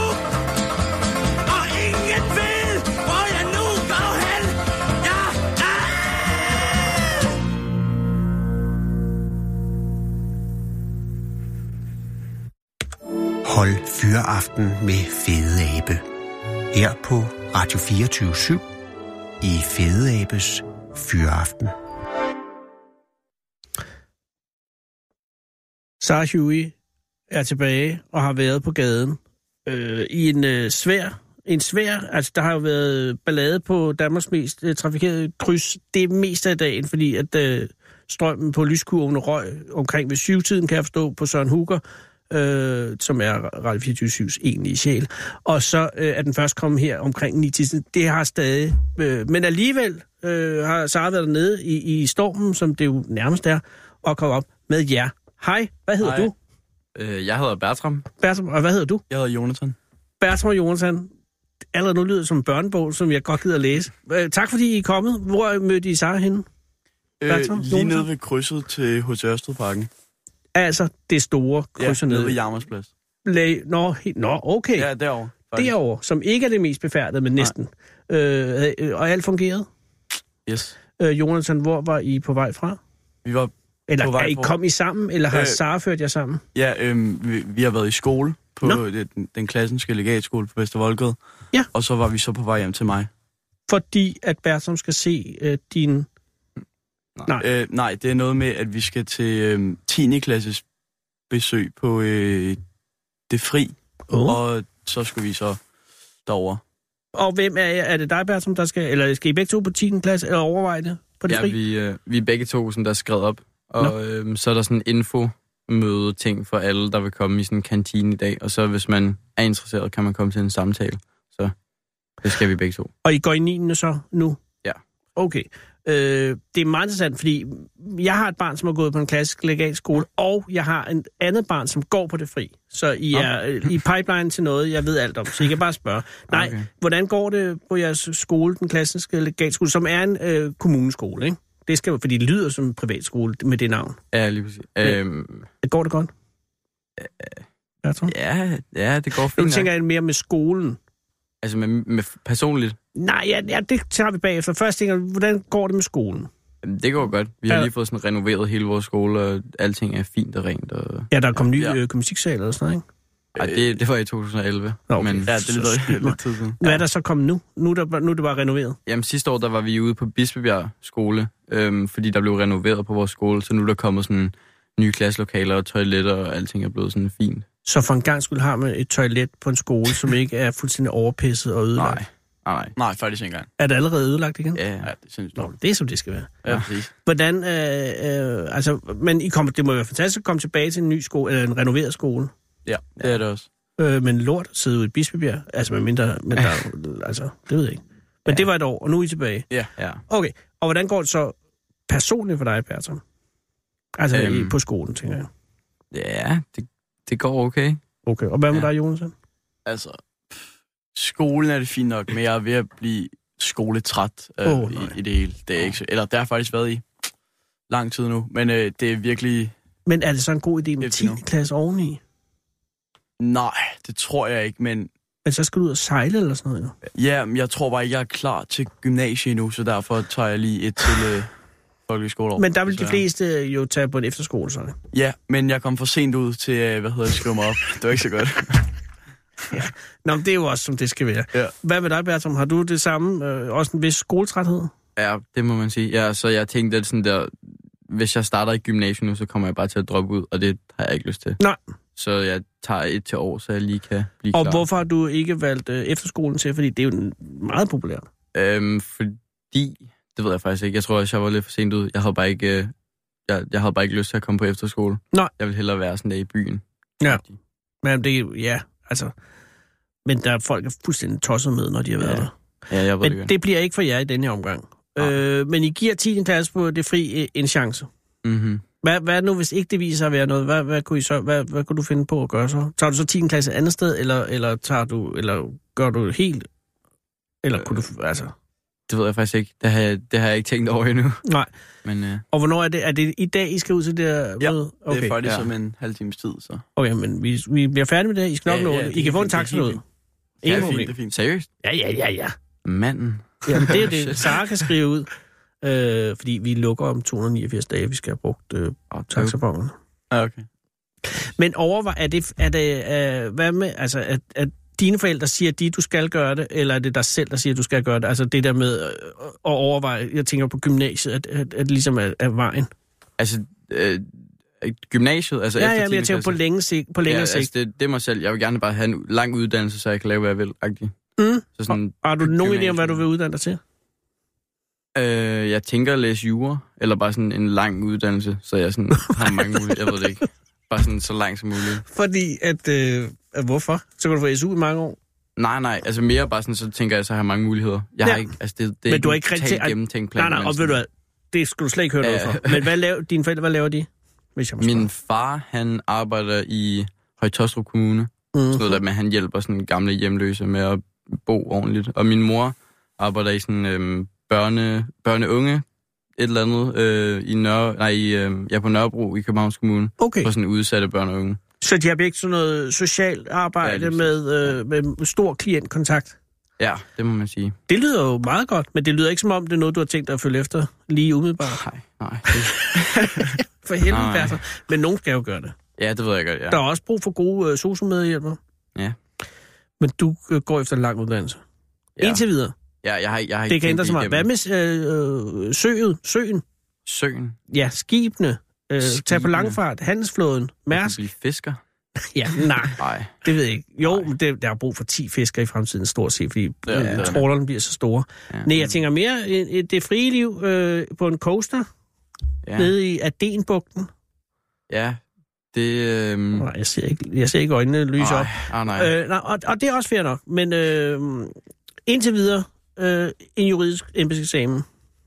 S7: Og ingen ved, hvor jeg nu går hen. Jeg er...
S3: Hold fyreaften med Fede Abe. Her på Radio 24 i Fede Abes Fyreaften.
S2: Sarah Huey er tilbage og har været på gaden øh, i en øh, svær... En svær, altså der har jo været ballade på Danmarks mest øh, trafikerede kryds det meste af dagen, fordi at øh, strømmen på lyskurven røg omkring ved syvtiden, kan jeg forstå, på Søren Hugger, øh, som er Radio 24-7's egentlige sjæl. Og så øh, er den først kommet her omkring 9 tiden. Det har stadig... Øh, men alligevel øh, har Sara været dernede i, i stormen, som det jo nærmest er, og kom op med jer. Hej, hvad hedder Hej.
S8: Hej.
S2: du?
S8: Øh, jeg hedder Bertram.
S2: Bertram, og hvad hedder du?
S8: Jeg hedder Jonathan.
S2: Bertram og Jonathan. Allerede nu lyder det som en børnebog, som jeg godt gider at læse. Øh, tak fordi I er kommet. Hvor mødte I Sara henne? Bertram,
S8: Øh, lige
S2: Jonathan?
S8: nede ved krydset til H.C. Ørstedparken.
S2: Altså, det store krydser ja, ned.
S8: nede ved Jammersplads.
S2: Læg... Nå, he... Nå, okay.
S8: Ja, derovre. faktisk.
S2: derovre, som ikke er det mest befærdede, men næsten. Øh, øh, og alt fungerede.
S8: Yes.
S2: Øh, Jonathan, hvor var I på vej fra?
S8: Vi var,
S2: Eller
S8: På vej
S2: er I,
S8: fra-
S2: kom I sammen, eller har øh,
S8: Øh,
S2: Sara ført jer sammen?
S8: ja, øhm, vi, vi har været i skole på øh,
S2: Nå.
S8: den, den klassenske legatskole på Vestervoldgade.
S2: Ja.
S8: Og så var vi så på vej hjem til mig.
S2: Fordi at Bertram skal se øh, din... Nej.
S8: Øh, nej, det er noget med, at vi skal til øhm, 10. klasses besøg på øh, det fri.
S2: Oh. Og,
S8: Og så skulle vi så derover.
S2: og hvem er, er det dig, Bertram, der skal... Eller skal I begge to på 10. klasse eller overveje det på det
S9: ja,
S2: fri?
S9: vi, øh, vi er begge to, sådan, der er skrevet op.
S2: Nå.
S9: Og øhm, så er der sådan en infomøde ting for alle, der vil komme i sådan en kantine i dag. Og så hvis man er interesseret, kan man komme til en samtale. Så det skal vi begge to.
S2: Og I går i 9. så nu?
S9: Ja.
S2: Okay. Øh, det er meget interessant, fordi jeg har et barn, som har gået på en klassisk legal skole, og jeg har et andet barn, som går på det fri. Så I er øh, i pipeline til noget, jeg ved alt om, så I kan bare spørge. Nej, okay.
S9: Okay.
S2: hvordan går det på jeres skole, den klassiske legal skole, som er en øh, kommuneskole, ikke? Det skal fordi det lyder som en privatskole med det navn.
S9: Ja, lige præcis.
S2: Ja.
S9: Øhm,
S2: Går det godt? Ja, tror.
S9: Øh, ja, ja, det går fint.
S2: Nu
S9: nok.
S2: tænker jeg mere med skolen.
S9: Altså med, med personligt,
S2: Nej, ja, ja, det tager vi bagefter. Først tænker jeg, hvordan går det med skolen?
S9: Jamen, det går godt. Vi har
S2: Ja.
S9: ja. lige fået sådan renoveret hele vores skole, og alting er fint og rent. Og...
S2: Ja, der er kommet ny
S8: Ja.
S2: øh, gymnastiksal eller sådan noget, ikke?
S9: Ej, det, det var i 2011.
S2: Nå, okay.
S9: Men
S8: Ja, det
S2: Så
S8: er
S9: *laughs*
S2: skyld
S8: lidt,
S2: mig.
S8: lidt tid siden.
S2: Hvad er der så kommet nu? Nu er, der, bare- nu er det bare renoveret.
S9: jamen, sidste år, der var vi ude på Bispebjerg skole, øhm, fordi der blev renoveret på vores skole, så nu er der kommet sådan nye klasselokaler og toiletter, og alting er blevet sådan fint.
S2: Så for en gang skulle har man et toilet på en skole, som ikke er fuldstændig overpisset og ødelagt.
S9: Nej, nej, nej.
S8: Nej, faktisk ikke engang.
S2: Er det allerede ødelagt igen?
S9: Ja, ja.
S8: Ja, det synes jeg.
S2: Nå, det er som det skal være.
S8: Ja, præcis.
S2: Hvordan, øh, øh, altså, men I kommer, det må være fantastisk at komme tilbage til en ny skole, eller en renoveret skole.
S8: Ja, det er det også.
S2: Øh, men lort at sidde ude i Bispebjerg, altså med mindre, men der, er jo- altså, det ved jeg ikke. Men ja. det var et år, og nu er I tilbage.
S8: Ja.
S9: ja.
S2: Okay, og hvordan går det så personligt for dig, Bertram? Altså øhm.
S9: Øhm.
S2: i, på skolen, tænker jeg.
S9: ja det, det går okay.
S2: Okay, og hvad med ja.
S8: Ja.
S2: dig, Jonsen?
S8: Altså, pff, skolen er det fint nok, men jeg er ved at blive skoletræt øh,
S2: Åh,
S8: oh,
S2: nej.
S8: i, i det hele. Det er ikke så, eller det har jeg faktisk været i lang tid nu, men øh, det er virkelig...
S2: Men er det så en god idé med
S8: Det er
S2: 10.
S8: fint.
S2: klasse oveni?
S8: Nej, det tror jeg ikke, men
S2: Men så skal du ud og sejle eller sådan noget, jo.
S8: ja, men jeg tror bare ikke, jeg er klar til gymnasiet endnu, så derfor tager jeg lige et til øh, folkeskoleår.
S2: Men der vil de
S8: desværre.
S2: fleste jo tage på en efterskole, så. ikke?
S8: Ja, men jeg kom for sent ud til, øh, hvad hedder det, skrive mig op. Det var ikke så godt.
S2: Nå, men det er jo også, som det skal være.
S8: Ja.
S2: Hvad med dig, Bertram? Har du det samme? Øh, også en vis skoletræthed?
S9: Ja, det må man sige. Ja, så jeg tænkte, at sådan der, hvis jeg starter i gymnasiet nu, så kommer jeg bare til at droppe ud, og det har jeg ikke lyst til.
S2: Nej.
S9: Så jeg tager et til år, så jeg lige kan blive
S2: Og
S9: klar.
S2: hvorfor har du ikke valgt øh, efterskolen til? Fordi det er jo n- meget populært.
S9: Øhm, fordi, det ved jeg faktisk ikke. Jeg tror også, jeg var lidt for sent ud. Jeg havde bare ikke, øh, jeg, jeg havde bare ikke lyst til at komme på efterskole.
S2: Nej.
S9: Jeg ville hellere være sådan der i byen.
S2: Ja. Men det er jo- ja, altså... Men der er folk, der er fuldstændig tosset med, når de har været
S9: Ja,
S2: der.
S9: Ja, jeg ved det
S2: Men
S9: godt.
S2: det bliver ikke for jer i denne her omgang.
S9: Nej.
S2: Øh, men I giver 10. klasse på det fri øh, en chance.
S9: Mm-hmm.
S2: Hvad, hvad nu, hvis ikke det viser sig at være noget? Hvad, hvad, kunne I så, hvad, hvad kunne du finde på at gøre så? Tager du så 10. klasse et andet sted, eller, eller, tager du, eller gør du det helt? Eller kunne du...
S8: Øh.
S2: Altså,
S9: Det ved jeg faktisk ikke. Det har jeg, det har jeg ikke tænkt over endnu. *laughs*
S2: nej.
S9: Men øh,
S2: Og hvornår er det? Er det i dag, I skal ud til det der
S8: Ja,
S2: møde?
S8: Okay,
S2: Okay.
S8: det er faktisk
S9: ja.
S8: ja. om en halv times tid, så.
S2: okay, men vi, vi bliver færdige med det. I skal nok
S8: Ja,
S2: nå
S8: ja,
S2: det.
S8: det
S2: I
S8: er
S2: kan få en
S8: fint, det er
S2: taxa derud.
S8: fint.
S2: Ingen
S8: det er
S2: problem.
S8: fint, det er fint.
S9: seriøst?
S2: Ja, ja, ja, ja.
S9: Manden.
S2: Jamen, det er det.
S8: *laughs*
S9: Shit.
S2: Sara kan skrive ud. Øh, fordi vi lukker om 289 dage, vi skal have brugt øh,
S9: Og
S2: taxabongen.
S8: Ja, Ah, okay.
S2: Men overvej, er det, er det øh, hvad med, altså, at, at dine forældre siger, at de, du skal gøre det, eller er det dig selv, der siger, at du skal gøre det? Altså det der med øh, at overveje, jeg tænker på gymnasiet, at, at, at ligesom er, er vejen.
S9: Altså, øh, gymnasiet? Altså
S2: Ja,
S9: efter
S2: ja, men
S9: 10.
S2: jeg tænker på
S9: klasse?
S2: længe sigt. På længere ja,
S9: ja,
S2: sigt.
S9: altså, det, det er mig selv. Jeg vil gerne bare have en lang uddannelse, så jeg kan lave, hvad jeg vil. -agtig.
S2: Mm.
S9: Så sådan,
S2: Har du nogen idé om,
S9: gymnasiet.
S2: hvad du vil uddanne dig til?
S9: øh,
S2: *laughs*
S9: jeg tænker at læse jura, eller bare sådan en lang uddannelse, så jeg sådan har mange muligheder. Jeg ved det ikke. Bare sådan så langt som muligt.
S2: Fordi at... Øh, at hvorfor? Så kan du få SU i mange år.
S9: Nej, nej, altså mere bare sådan, så tænker jeg, så har jeg mange muligheder. Jeg har
S2: Ja.
S9: ikke, altså det, det er
S2: Men du har
S9: en
S2: ikke rigtig
S9: totalt
S2: tænkt-
S9: gennemtænkt plan.
S2: Nej, nej,
S9: men
S2: og ved
S9: sådan-
S2: du hvad, det skulle du slet ikke høre noget
S9: Ja.
S2: for. Men hvad laver, dine forældre, hvad laver de? Hvis jeg må
S9: Min far, han arbejder i Højtostrup Kommune.
S2: spørge.
S9: Sådan noget der med, at han hjælper sådan gamle hjemløse med at bo ordentligt. Og min mor arbejder i sådan øhm, børne, børneunge, et eller andet, øh, i Nørre, nej, i, øh, ja, på Nørrebro i Københavns Kommune.
S2: Okay,
S9: For sådan udsatte børn og unge.
S2: så de har ikke sådan noget socialt
S9: Ja,
S2: arbejde
S9: lige
S2: med, øh, med stor klientkontakt?
S9: Ja, det må man sige.
S2: Det lyder jo meget godt, men det lyder ikke som om, det er noget, du har tænkt dig at følge efter lige umiddelbart.
S9: Nej, nej. Det,
S2: For helvede,
S9: Nej.
S2: Bertha. Men nogen skal jo gøre det.
S9: ja, det ved jeg godt, ja.
S2: Der er også brug for gode øh, sosu-medhjælpere.
S9: Ja.
S2: Men du øh, går efter en lang uddannelse. Ja.
S9: Ja.
S2: Indtil videre.
S9: ja jeg har, ikke- jeg har ikke
S2: Det kan
S9: tænkt
S2: ændre sig meget. Hvad
S9: igennem.
S2: med øh, øh, søet? Søen?
S9: Søen?
S2: Ja, skibene. Øh, tag på
S9: Skibene.
S2: langfart. Handelsflåden.
S9: Jeg
S2: Mærsk.
S9: kan blive fisker?
S2: Ja, nej.
S9: Nej.
S2: Det ved jeg ikke. Jo,
S9: Nej.
S2: men det, der er brug for 10 fiskere i fremtiden, stort set, fordi
S9: Ja, det er
S2: ja, øh,
S9: det.
S2: trålerne bliver så store.
S9: Ja.
S2: Nej, jeg tænker mere øh, øh, det frie liv øh, på en coaster ja.
S9: Ja,
S2: nede i Adenbugten.
S9: ja. det... Øhm,
S2: Nej, jeg ser ikke, jeg ser ikke øjnene lyse op.
S9: Nej, ah, nej.
S2: Øh, nej, og, og det er også fair nok, men øh, indtil videre øh, en juridisk embedseksamen.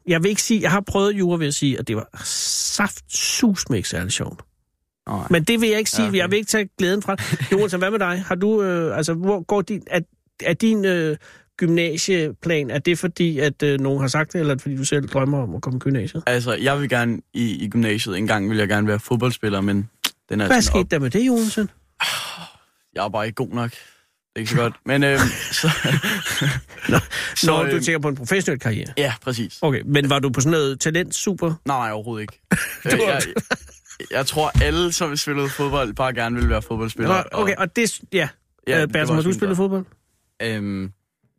S2: Jeg vil ikke sige, jeg har prøvet jura ved at sige, at det var saft sus med ikke særlig sjovt.
S9: nej.
S2: Men det vil jeg ikke sige,
S9: Ja,
S2: okay.
S9: okay.
S2: jeg vil ikke tage glæden fra det. Jonathan, hvad med dig? Har du, øh, altså, hvor går din, er, er din øh, gymnasieplan, er det fordi, at øh, nogen har sagt det, eller er det fordi du selv drømmer om at komme i gymnasiet?
S8: Altså, jeg vil gerne i, i gymnasiet. En gang ville jeg gerne være fodboldspiller, men den er
S2: Hvad
S8: sådan op.
S2: skete der med det, Jonathan?
S8: Jeg er bare ikke god nok. Det er ikke så godt. Men øhm, *laughs* så...
S2: Så, Nå, du
S8: øhm,
S2: tænker på en professionel karriere.
S8: Ja, præcis.
S2: Okay, men var du på sådan noget talent super?
S8: Nej, nej, overhovedet
S2: *laughs*
S8: ikke.
S2: Du
S8: Øh,
S2: var-
S8: jeg, jeg tror, alle, som spillede fodbold, bare gerne ville være fodboldspillere.
S2: Nå, okay, og det,
S8: det
S2: ja. ja øh,
S8: var
S2: Bertram, har du
S8: sådan,
S2: spillet
S8: der-
S2: fodbold?
S9: Øhm,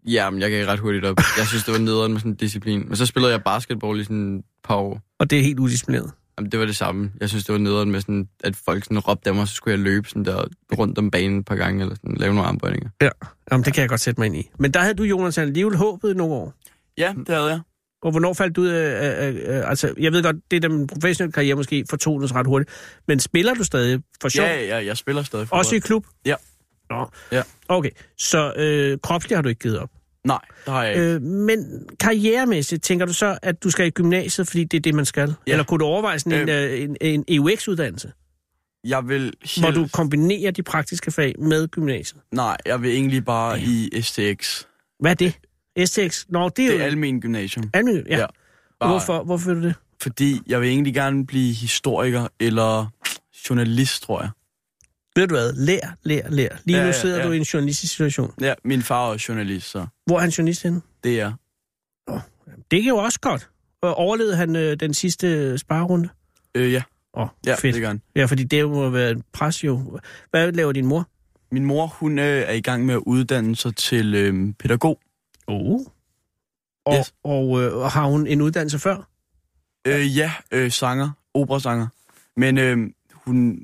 S9: ja, men jeg gav ret hurtigt op. Jeg synes, det var nederen med sådan en disciplin. Men så spillede jeg basketball i sådan et par år.
S2: Og det er helt udisciplineret.
S9: Jamen, det var det samme. Jeg synes, det var nederen med sådan, at folk sådan råbte af mig, så skulle jeg løbe sådan der rundt om banen et par gange, eller sådan, lave nogle armbøjninger.
S2: Jamen, det kan jeg godt sætte mig ind i. Men der havde du, Jonas, alligevel håbet i nogle år.
S8: Ja, det havde jeg.
S2: Og hvornår faldt du ud af, af, af, af altså, jeg ved godt, det der med en professionel karriere måske fortones ret hurtigt, men spiller du stadig for sjov?
S8: Ja, ja, jeg spiller stadig fodbold.
S2: Også i klub?
S8: Ja.
S2: Nå.
S8: Ja.
S2: Okay, så øh, kropsligt har du ikke givet op.
S8: Nej, det har jeg ikke.
S2: Øh, men karrieremæssigt, tænker du så, at du skal i gymnasiet, fordi det er det, man skal?
S8: Ja.
S2: Eller kunne du overveje sådan en, øh, en, en EUX-uddannelse,
S8: Jeg vil
S2: hvor
S8: helt...
S2: du kombinerer de praktiske fag med gymnasiet?
S8: Nej, jeg vil egentlig bare i STX.
S2: Hvad er det? STX? Nå, det er jo...
S8: Det er almen gymnasium.
S2: almen, ja.
S8: Ja,
S2: ja
S8: Bare,
S2: hvorfor, hvorfor vil du det?
S8: Fordi jeg vil egentlig gerne blive historiker eller journalist, tror jeg.
S2: Ved du hvad? Lær, lær, lær.
S8: Ja,
S2: Lige ja, nu
S8: ja,
S2: sidder ja,
S8: ja.
S2: du i en journalistisk situation.
S8: Ja, min far er også journalist, så
S2: Hvor er han journalist henne?
S8: det er...
S2: Det gik jo også godt. Og overlevede han øh, den sidste sparerunde?
S8: Øh, ja,
S2: Åh, oh,
S8: ja
S2: ja, fedt.
S8: det gør han.
S2: Ja, fordi det må være en pres jo. Hvad laver din mor?
S8: Min mor, hun øh, er i gang med at uddanne sig til øh, pædagog.
S2: Oh. Og, yes.
S8: Uh. Yes.
S2: og øh, og har hun en uddannelse før?
S8: Øh, ja, øh, sanger, operasanger. Men øh, hun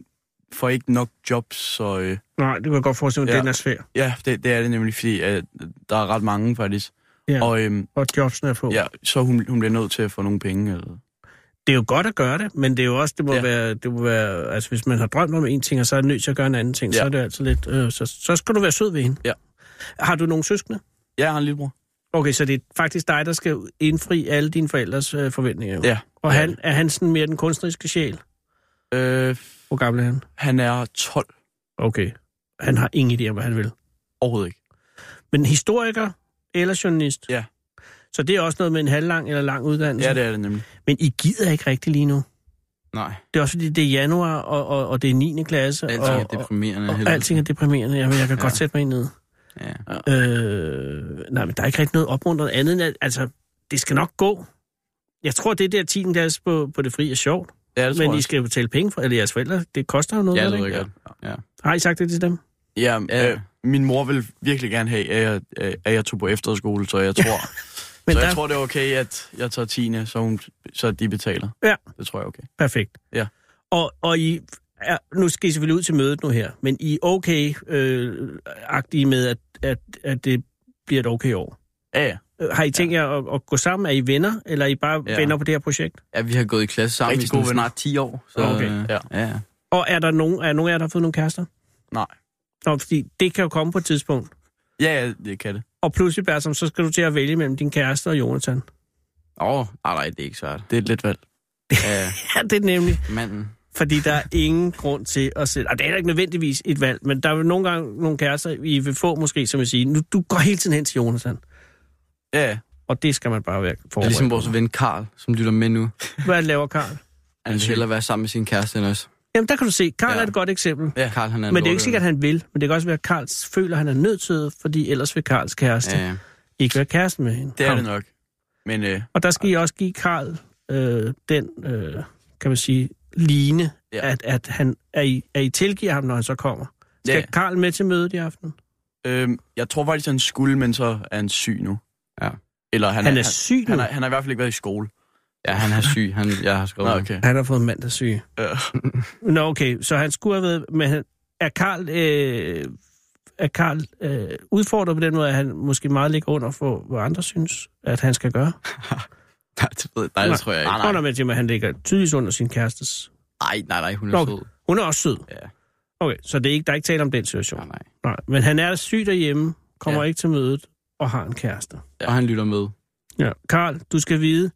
S8: får ikke nok jobs, så øh,
S2: Nej, det kan jeg godt forestille mig, ja.
S8: Ja.
S2: den er svær.
S8: ja, det, det er det nemlig, fordi øh, der er ret mange faktisk.
S2: Ja.
S8: Og øh,
S2: Og jobsene er få.
S8: ja, så hun, hun bliver nødt til at få nogle penge. Eller...
S2: Det er jo godt at gøre det, men det er jo også, det må, ja.
S8: Ja.
S2: være, det må være, altså hvis man har drømt om en ting, og så er nødt til at gøre en anden ting, ja.
S8: Ja.
S2: så er det altså lidt, øh, så, så skal du være sød ved hende.
S8: Ja.
S2: Har du nogle søskende?
S8: Ja, jeg har en lillebror.
S2: Okay, så det er faktisk dig, der skal indfri alle dine forældres øh, forventninger. jo.
S8: Ja.
S2: Og
S8: Ja.
S2: han, er han sådan mere den kunstneriske sjæl?
S8: Øh,
S2: Hvor gammel er han?
S8: han er 12.
S2: Okay. Han har ingen idé om, hvad han vil.
S8: Overhovedet ikke.
S2: Men historiker eller journalist?
S8: Ja.
S2: Så det er også noget med en halvlang eller lang uddannelse?
S8: Ja, det er det nemlig.
S2: Men I gider ikke rigtigt lige nu.
S9: Nej,
S2: Det er også fordi, det er januar, og, og, og det er 9. klasse,
S9: alting
S2: og,
S9: er deprimerende.
S2: og, og
S9: helvede.
S2: alting er deprimerende. Jamen, jeg kan ja. godt sætte mig ind ned.
S9: Ja.
S2: Øh, nej, men der er ikke rigtig noget opmuntrende andet end, at altså, det skal nok gå. Jeg tror, det der 10. klasse på, på det frie er sjovt.
S8: Ja, det tror
S2: Men
S8: jeg
S2: I
S8: også.
S2: skal jo betale penge for, eller jeres forældre, det koster jo noget.
S9: Ja,
S2: gør
S9: det ved
S2: ikke?
S9: jeg godt.
S2: Har I sagt det til dem?
S8: Ja,
S9: Ja.
S8: øh, min mor ville virkelig gerne have, at jeg, øh, at jeg tog på efterskole, så jeg tror,
S2: *laughs* Men
S8: så
S2: der,
S8: jeg tror det er okay, at jeg tager 10. Så, hun, så de betaler.
S2: Ja.
S8: Det tror jeg er okay.
S2: perfekt.
S8: Ja.
S2: Og, og I, er, nu skal I selvfølgelig ud til mødet nu her, men I er okay øh, agtige med, at, at, at det bliver et okay år.
S8: Ja, ja.
S2: Øh, Har I tænkt jer at, at gå sammen? Er I venner, eller er I bare ja.
S9: Ja.
S2: venner på det her projekt?
S9: ja, vi har gået i klasse sammen
S8: Rigtig
S9: i sådan
S8: gode venner.
S9: snart 10 år. Så,
S2: Okay,
S9: øh,
S8: ja.
S9: ja. ja.
S2: Og er der nogen, er nogen af jer, der har fået nogle kærester?
S8: Nej.
S2: Nå, fordi det kan jo komme på et tidspunkt.
S8: Ja, ja, det kan det.
S2: Og pludselig, Bertram, så skal du til at vælge mellem din kæreste og Jonathan.
S9: Åh, oh, nej, nej, det er ikke svært.
S8: Det er et let valg.
S9: Øh,
S2: Ja, det er nemlig.
S9: manden.
S2: Fordi der er ingen grund til at sætte... Og det er heller ikke nødvendigvis et valg, men der er jo nogle gange nogle kærester, I vil få måske, som vil sige, nu, du går hele tiden hen til Jonathan.
S8: Ja, ja.
S2: Og det skal man bare være
S9: Det er
S2: forberedt.
S9: ligesom vores ven Karl, som lytter med nu.
S2: Hvad laver Karl?
S9: Han vil hellere være sammen med sin kæreste end os.
S2: Jamen, der kan du se, Karl ja.
S9: Ja.
S2: er et godt eksempel.
S9: Ja. Karl, han er en
S2: Men det er jo ikke
S9: lorterøv.
S2: sikkert, at han vil. Men det kan også være, at Karl føler, at han er nødt til, fordi ellers vil Karls kæreste ja.
S9: Ja, ja.
S2: ikke være kæresten med hende.
S8: det er
S2: Kom.
S8: det nok. Men øh,
S2: Og der skal I også give Karl øh, den, øh, kan man sige, line, ja.
S8: Ja.
S2: at, at, han, at, I, at I tilgiver ham, når han så kommer. Skal ja.
S8: Ja.
S2: Karl med til mødet i aften?
S8: øh, jeg tror faktisk, han skulle, men så er han syg nu.
S9: Ja.
S8: Eller han,
S2: Han, han er syg nu.
S8: han, han, er, han har i hvert fald ikke været i skole.
S9: ja, han er syg. Han, jeg har skrevet
S8: Nå,
S9: det. *laughs*
S8: okay.
S2: Han har fået mandagssyge.
S8: Øh,
S2: Nå, okay, så han skulle have været... Men han, er Karl, øh, er Karl øh, udfordret på den måde, at han måske meget ligger under for, hvad andre synes, at han skal gøre?
S9: Nej, det, ved, nej, det tror jeg ikke.
S2: Nej, nej. men Jimmy, han ligger tydeligvis under sin kærestes.
S9: Nej, nej, nej, hun er
S2: Nå.
S9: sød.
S2: Hun er også sød.
S9: Ja.
S2: Okay, så det er ikke, der er ikke tale om den situation.
S9: Nej, nej.
S2: Nej, men han er syg derhjemme, kommer ja.
S9: Ja.
S2: ikke til mødet og har en kæreste.
S9: Ja. Og han lytter med.
S2: Ja. Karl, du skal vide,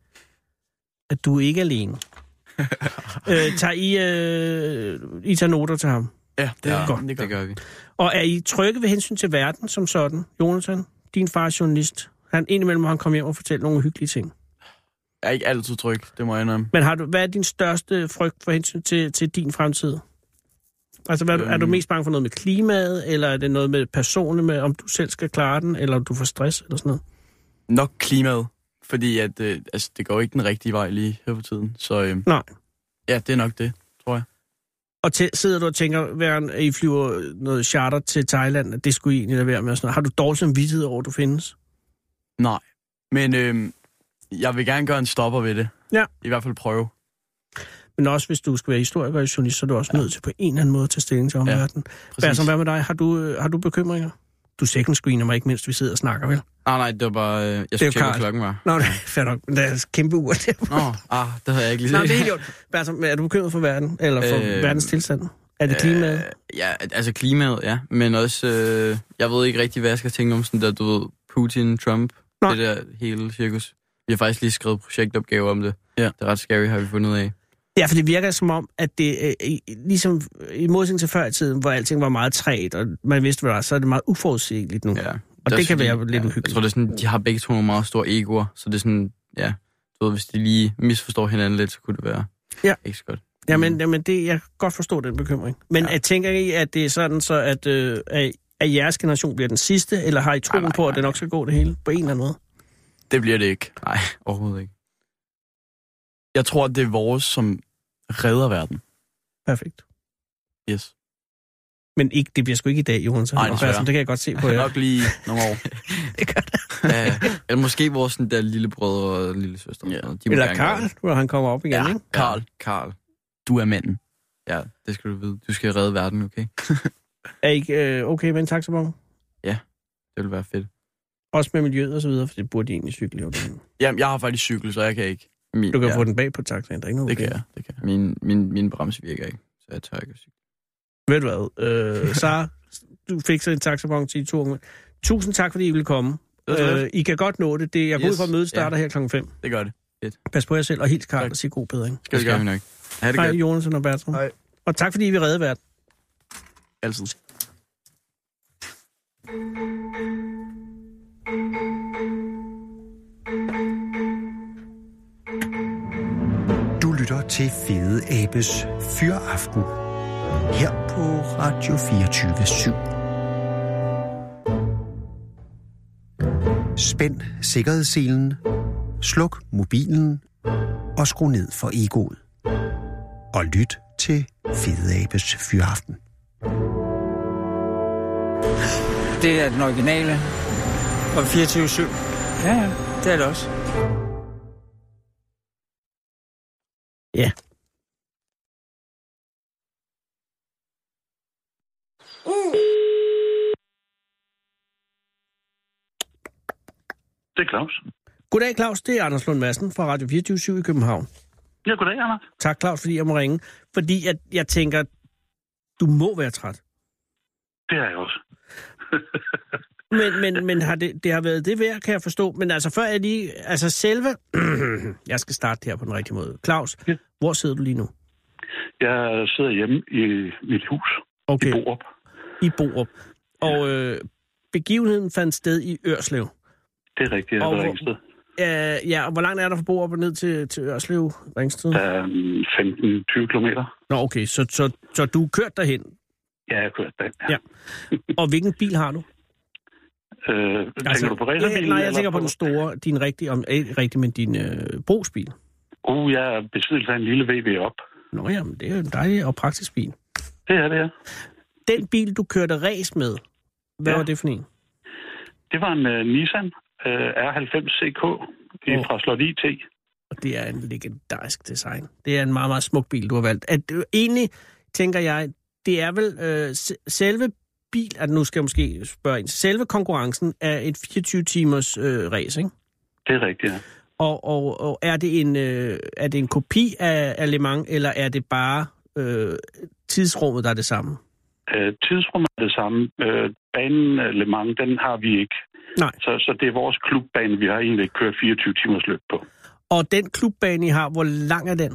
S2: at du ikke er
S9: *laughs*
S2: alene. øh, tager I, øh, I tager noter til ham.
S8: ja, det,
S9: Ja,
S8: er
S2: godt.
S9: Det gør vi.
S2: Og er I trygge ved hensyn til verden som sådan, Jonathan? Din far er journalist. Han indimellem må han komme hjem og fortælle nogle hyggelige ting.
S8: Jeg er ikke altid tryg, det må jeg indrømme.
S2: Men har du, hvad er din største frygt for hensyn til, til din fremtid? Altså, hvad, øhm. er du
S8: Øhm.
S2: mest bange for noget med klimaet, eller er det noget med personen, med om du selv skal klare den, eller om du får stress, eller sådan noget?
S8: Nok klimaet, fordi at, øh, altså, det går jo ikke den rigtige vej lige her på tiden. Så øh,
S2: Nej.
S8: ja, det er nok det.
S2: Og til, sidder du og tænker, Væren, at I flyver noget charter til Thailand, at det skulle I egentlig lade være med, og sådan noget. Har du dårlig samvittighed over, at du findes?
S8: Nej. Men øh, jeg vil gerne gøre en stopper ved det.
S2: Ja.
S8: I hvert fald prøve.
S2: Men også, hvis du skal være historiker og journalist, så er du også ja. nødt til på en eller anden måde at tage stilling til omverdenen. Ja, Bertram, hvad med dig? Har du, øh, har du bekymringer? Du second screener mig ikke, mindst vi sidder og snakker, vel?
S9: Nej, nej, det var bare... øh, Jeg
S2: jo
S9: skulle tjekke,
S2: Karl.
S9: hvad klokken
S8: *laughs*
S9: var.
S2: Nå, nej, fair nok. Men Der er et kæmpe ur der.
S9: Nå, ah, det havde jeg ikke lige
S2: Nå, det er helt jo. *laughs* Bertram, er du bekymret for verden? Eller for øh,
S9: Øh,
S2: verdens tilstand? Er det klimaet? Øh,
S9: Ja, altså klimaet, ja. Men også, øh, jeg ved ikke rigtig, hvad jeg skal tænke om sådan der, du ved, Putin, Trump,
S2: Nej.
S9: Nej. det der hele cirkus. Vi har faktisk lige skrevet projektopgave om det.
S8: Ja.
S9: Det er ret scary, har vi fundet ud af.
S2: ja, for det virker som om, at det øh, i- ligesom i modsætning til før i tiden, hvor alting var meget træt, og man vidste, hvad der var, så er det meget uforudsigeligt nu.
S9: Ja.
S2: Og det
S9: også
S2: kan være lidt
S9: Jeg
S2: uhyggeligt.
S9: tror, det er sådan, de har begge to nogle meget store egoer, så det er sådan, ja, du ved, hvis de lige misforstår hinanden lidt, så kunne det være
S2: Ja.
S9: ikke så godt.
S2: Jamen, jamen det, jeg kan godt forstå den bekymring. Men ja.
S9: Ja.
S2: at, tænker I, at det er sådan, så at, øh, at, at jeres generation bliver den sidste, eller har I troen
S9: Nej, nej,
S2: på, at
S9: nej,
S2: det nok skal gå det hele på en eller anden måde?
S8: Det bliver det ikke.
S9: Nej, overhovedet ikke.
S8: Jeg tror, det er vores, som redder verden.
S2: Perfekt.
S8: Yes.
S2: Men ikke, det bliver sgu ikke i dag, Johan. Så
S8: Nej, desværre.
S2: det kan jeg godt se på *laughs*
S8: Det er
S2: jer.
S8: nok lige nogle
S2: *laughs*
S8: år.
S9: Ja, eller måske vores sådan der lillebrødre og lille søster.
S8: Ja.
S9: De må
S2: Eller
S9: gerne gøre
S2: Karl,
S9: det.
S2: hvor han kommer op igen, ja. ikke?
S9: Karl. Karl.
S8: Du er manden.
S9: Ja, det skal du vide. Du skal redde verden, okay?
S2: Er I ikke øh, okay med en taxabon?
S9: Det ville være fedt.
S2: Også med miljøet og så videre, for det burde de egentlig cykle. jo.
S8: Jamen, jeg har faktisk cykel, så jeg kan ikke.
S9: Min,
S2: Du kan ja.
S9: ja,
S2: få den bag på taxaen, der er ikke noget
S8: Det kan
S2: problem.
S8: jeg. Det kan jeg.
S9: Min, min, min bremse virker ikke, så jeg tør ikke at cykle.
S2: Ved du hvad, øh, *laughs* Sara, du fik så en taxabon til de to unge. Tusind tak, fordi I ville komme.
S8: Det er så
S2: Øh, I kan godt nå det. det jeg går yes.
S9: Yes.
S2: ud fra, at mødet starter ja. her klokken 5.
S8: Det gør det.
S2: Pas på jer selv, og hils Karl
S8: Tak.
S2: og sig god bedring.
S9: Skal det skal vi nok. Ha' det
S2: Hej,
S9: godt.
S2: Jonas og Bertram.
S8: Hej.
S2: Og tak, fordi I vil redde verden.
S8: Altid.
S3: Du lytter til Fede Abes Fyraften her på Radio 24 Spænd sikkerhedsselen, sluk mobilen og skru ned for egoet. Og lyt til Fede Abes Fyraften.
S7: Det er den originale. Og 24-7. Ja, ja, det er det også.
S10: Det er Claus.
S2: Goddag, Claus. Det er Anders Lund Madsen fra Radio 24 i København.
S10: Ja, goddag, Anders.
S2: Tak, Claus, fordi jeg må ringe. Fordi at jeg tænker, Du må være træt.
S10: Det er jeg også.
S2: men men, men har det, det har været det værd, kan jeg forstå. Men altså, før jeg lige... Altså, selve... *clears throat* jeg skal starte her på den rigtige måde. Claus, ja. hvor sidder du lige nu?
S10: Jeg sidder hjemme i mit hus okay. i Borup.
S2: I Borup. Og øh, begivenheden fandt sted i Ørslev.
S10: Det er rigtigt, jeg
S2: Og
S10: er
S2: hvor-
S10: Ringsted.
S2: Øh, ja, og hvor langt er der fra Borup og ned til, til Ørslev, Ringsted?
S10: Der er mm, 15-20 kilometer.
S2: Nå, okay, så, så, så du er kørt derhen.
S10: Ja, jeg kører den.
S2: Ja. Og hvilken bil har du?
S10: Øh, tænker du på racerbilen?
S2: ja, Altså, øh, nej, jeg
S10: eller
S2: tænker på
S10: på-
S2: den store, din rigtige, om, eh, ikke rigtig, men din øh, brugsbil.
S10: Uh, jeg er besiddelse af en lille VW op.
S2: Nå jamen, det er jo en dejlig og praktisk bil.
S10: Det er det, ja.
S2: Den bil, du kørte race med, hvad ja.
S10: Ja.
S2: var det for en?
S10: Det var en uh, Nissan uh, R90 CK oh. fra Slot IT.
S2: Og det er en legendarisk design. Det er en meget, meget smuk bil, du har valgt. At, øh, egentlig tænker jeg, det er vel øh, se- selve bil, at nu skal jeg måske spørge en, selve konkurrencen er et 24-timers øh, race, ikke?
S10: Det er rigtigt, ja.
S2: Og, og, og er, det en, øh, er det en kopi af, af Le Mans, eller er det bare øh, tidsrummet, der er det samme?
S10: Uh, tidsrummet er det samme. Uh, banen uh, Le Mans, den har vi ikke.
S2: Nej.
S10: Så, så det er vores klubbane, vi har egentlig ikke kørt 24 timers løb på.
S2: Og den klubbane, I har, hvor lang er den?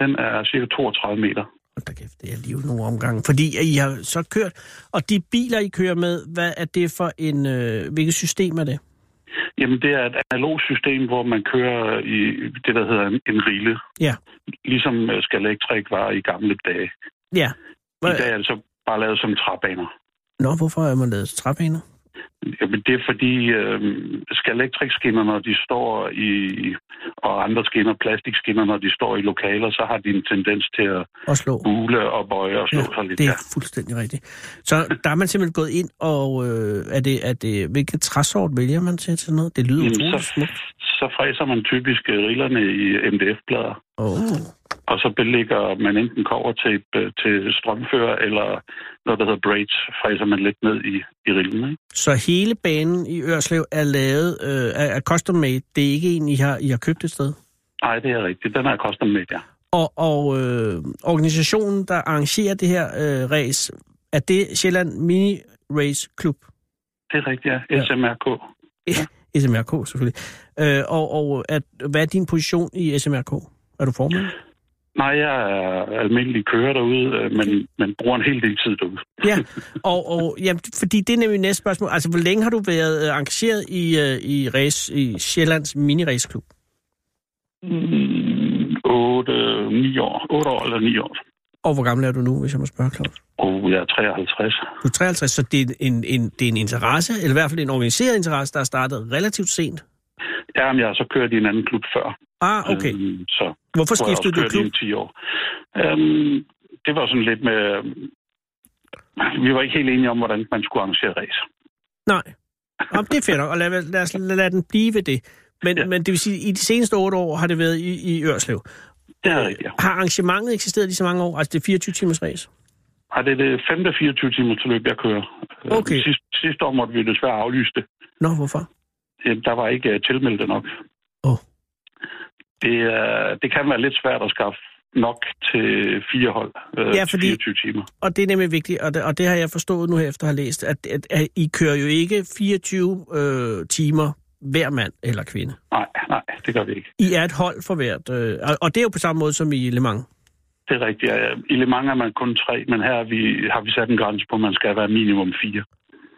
S10: Den er cirka 32 meter.
S2: Hold da kæft, det er lige nogle omgange. Fordi at I har så kørt, og de biler, I kører med, hvad er det for en, øh, hvilket system er det?
S10: Jamen, det er et analogt system, hvor man kører i det, der hedder en, en rille.
S2: Ja.
S10: Ligesom øh, skal elektrik var i gamle dage.
S2: Ja.
S10: I dag er det så bare lavet som træbaner.
S2: Nå, hvorfor er man lavet til træbaner?
S10: Jamen, det er fordi, øh, skal elektrikskinner, når de står i, og andre skinner, plastikskinner, når de står i lokaler, så har de en tendens til at
S2: Og slå.
S10: bule og bøje og slå ja, sig lidt.
S2: Det
S10: Ja.
S2: er fuldstændig rigtigt. Så der er man simpelthen gået ind, og øh, er det, er det, hvilket træsort vælger man til til noget? Det lyder
S10: Jamen,
S2: utroligt
S10: så-
S2: smukt.
S10: Så fræser man typisk øh, rillerne i MDF-plader,
S2: Oh.
S10: og så belægger man enten covertape øh, til strømfører, eller noget, der hedder braids, fræser man lidt ned i, i rillen. Ikke?
S2: Så hele banen i Ørslev er lavet, øh, er, er custom made. Det er ikke en, I har, I har købt et sted?
S10: Nej, det er rigtigt. Den er custom made, ja.
S2: Og, og øh, organisationen, der arrangerer det her øh, race, er det Sjælland Mini Race Klub,
S10: Det er rigtigt, ja. SMRK.
S2: SMRK selvfølgelig. Øh, og og at, hvad er din position i SMRK? Er du formand?
S10: Nej, jeg er almindelig kører derude, øh, men, men bruger en hel del tid derude.
S2: Ja, og, og jamen, fordi det er nemlig næste spørgsmål. Altså, hvor længe har du været øh, engageret i, øh, i, race, i Sjællands Mini Race Klub?
S10: 8, 9 år. 8 år eller 9 år.
S2: Og hvor gammel er du nu, hvis jeg må spørge, Claus?
S10: Og jeg er 53.
S2: Du er 53, så det er en, en, det er en interesse, eller i hvert fald en organiseret interesse, der er startet relativt sent.
S10: Jamen, jeg har så kørt i en anden klub før.
S2: Ah, okay.
S10: Øhm, så,
S2: Hvorfor
S10: hvor jeg
S2: skiftede
S10: også
S2: du
S10: kørte
S2: klub?
S10: i en 10 år. Øhm, det var sådan lidt med... øhm, Vi var ikke helt enige om, hvordan man skulle arrangere race.
S2: Nej. Jamen, det er fair nok, og lad, lad, os lade den blive ved det. Men, ja. men det vil sige, i de seneste otte år har det været i, i Ørslev.
S10: Det er rigtigt, ja.
S2: Har arrangementet eksisteret lige så mange år? Altså, det er 24-timers race?
S10: Ej, det er det femte 24 timers løb, jeg kører. Øhm,
S2: Okay.
S10: Sidst, sidste år måtte vi desværre aflyse det.
S2: Nå, hvorfor?
S10: Øhm, Der var ikke uh, tilmeldte nok.
S2: Åh.
S10: Det, uh, det kan være lidt svært at skaffe nok til fire hold øh,
S2: Ja,
S10: ja,
S2: fordi-
S10: fordi... 24 timer.
S2: Og det er nemlig vigtigt, og det, og det har jeg forstået nu her efter at have læst, at, at, at I kører jo ikke 24 øh, timer hver mand eller kvinde.
S10: Nej, nej, det gør vi ikke.
S2: I er et hold for hvert, øh, og, og det er jo på samme måde som i Le Mans.
S10: Det er rigtigt. ja. I Le Mans er man kun tre, men her er vi, har vi sat en grænse på, at man skal være minimum fire.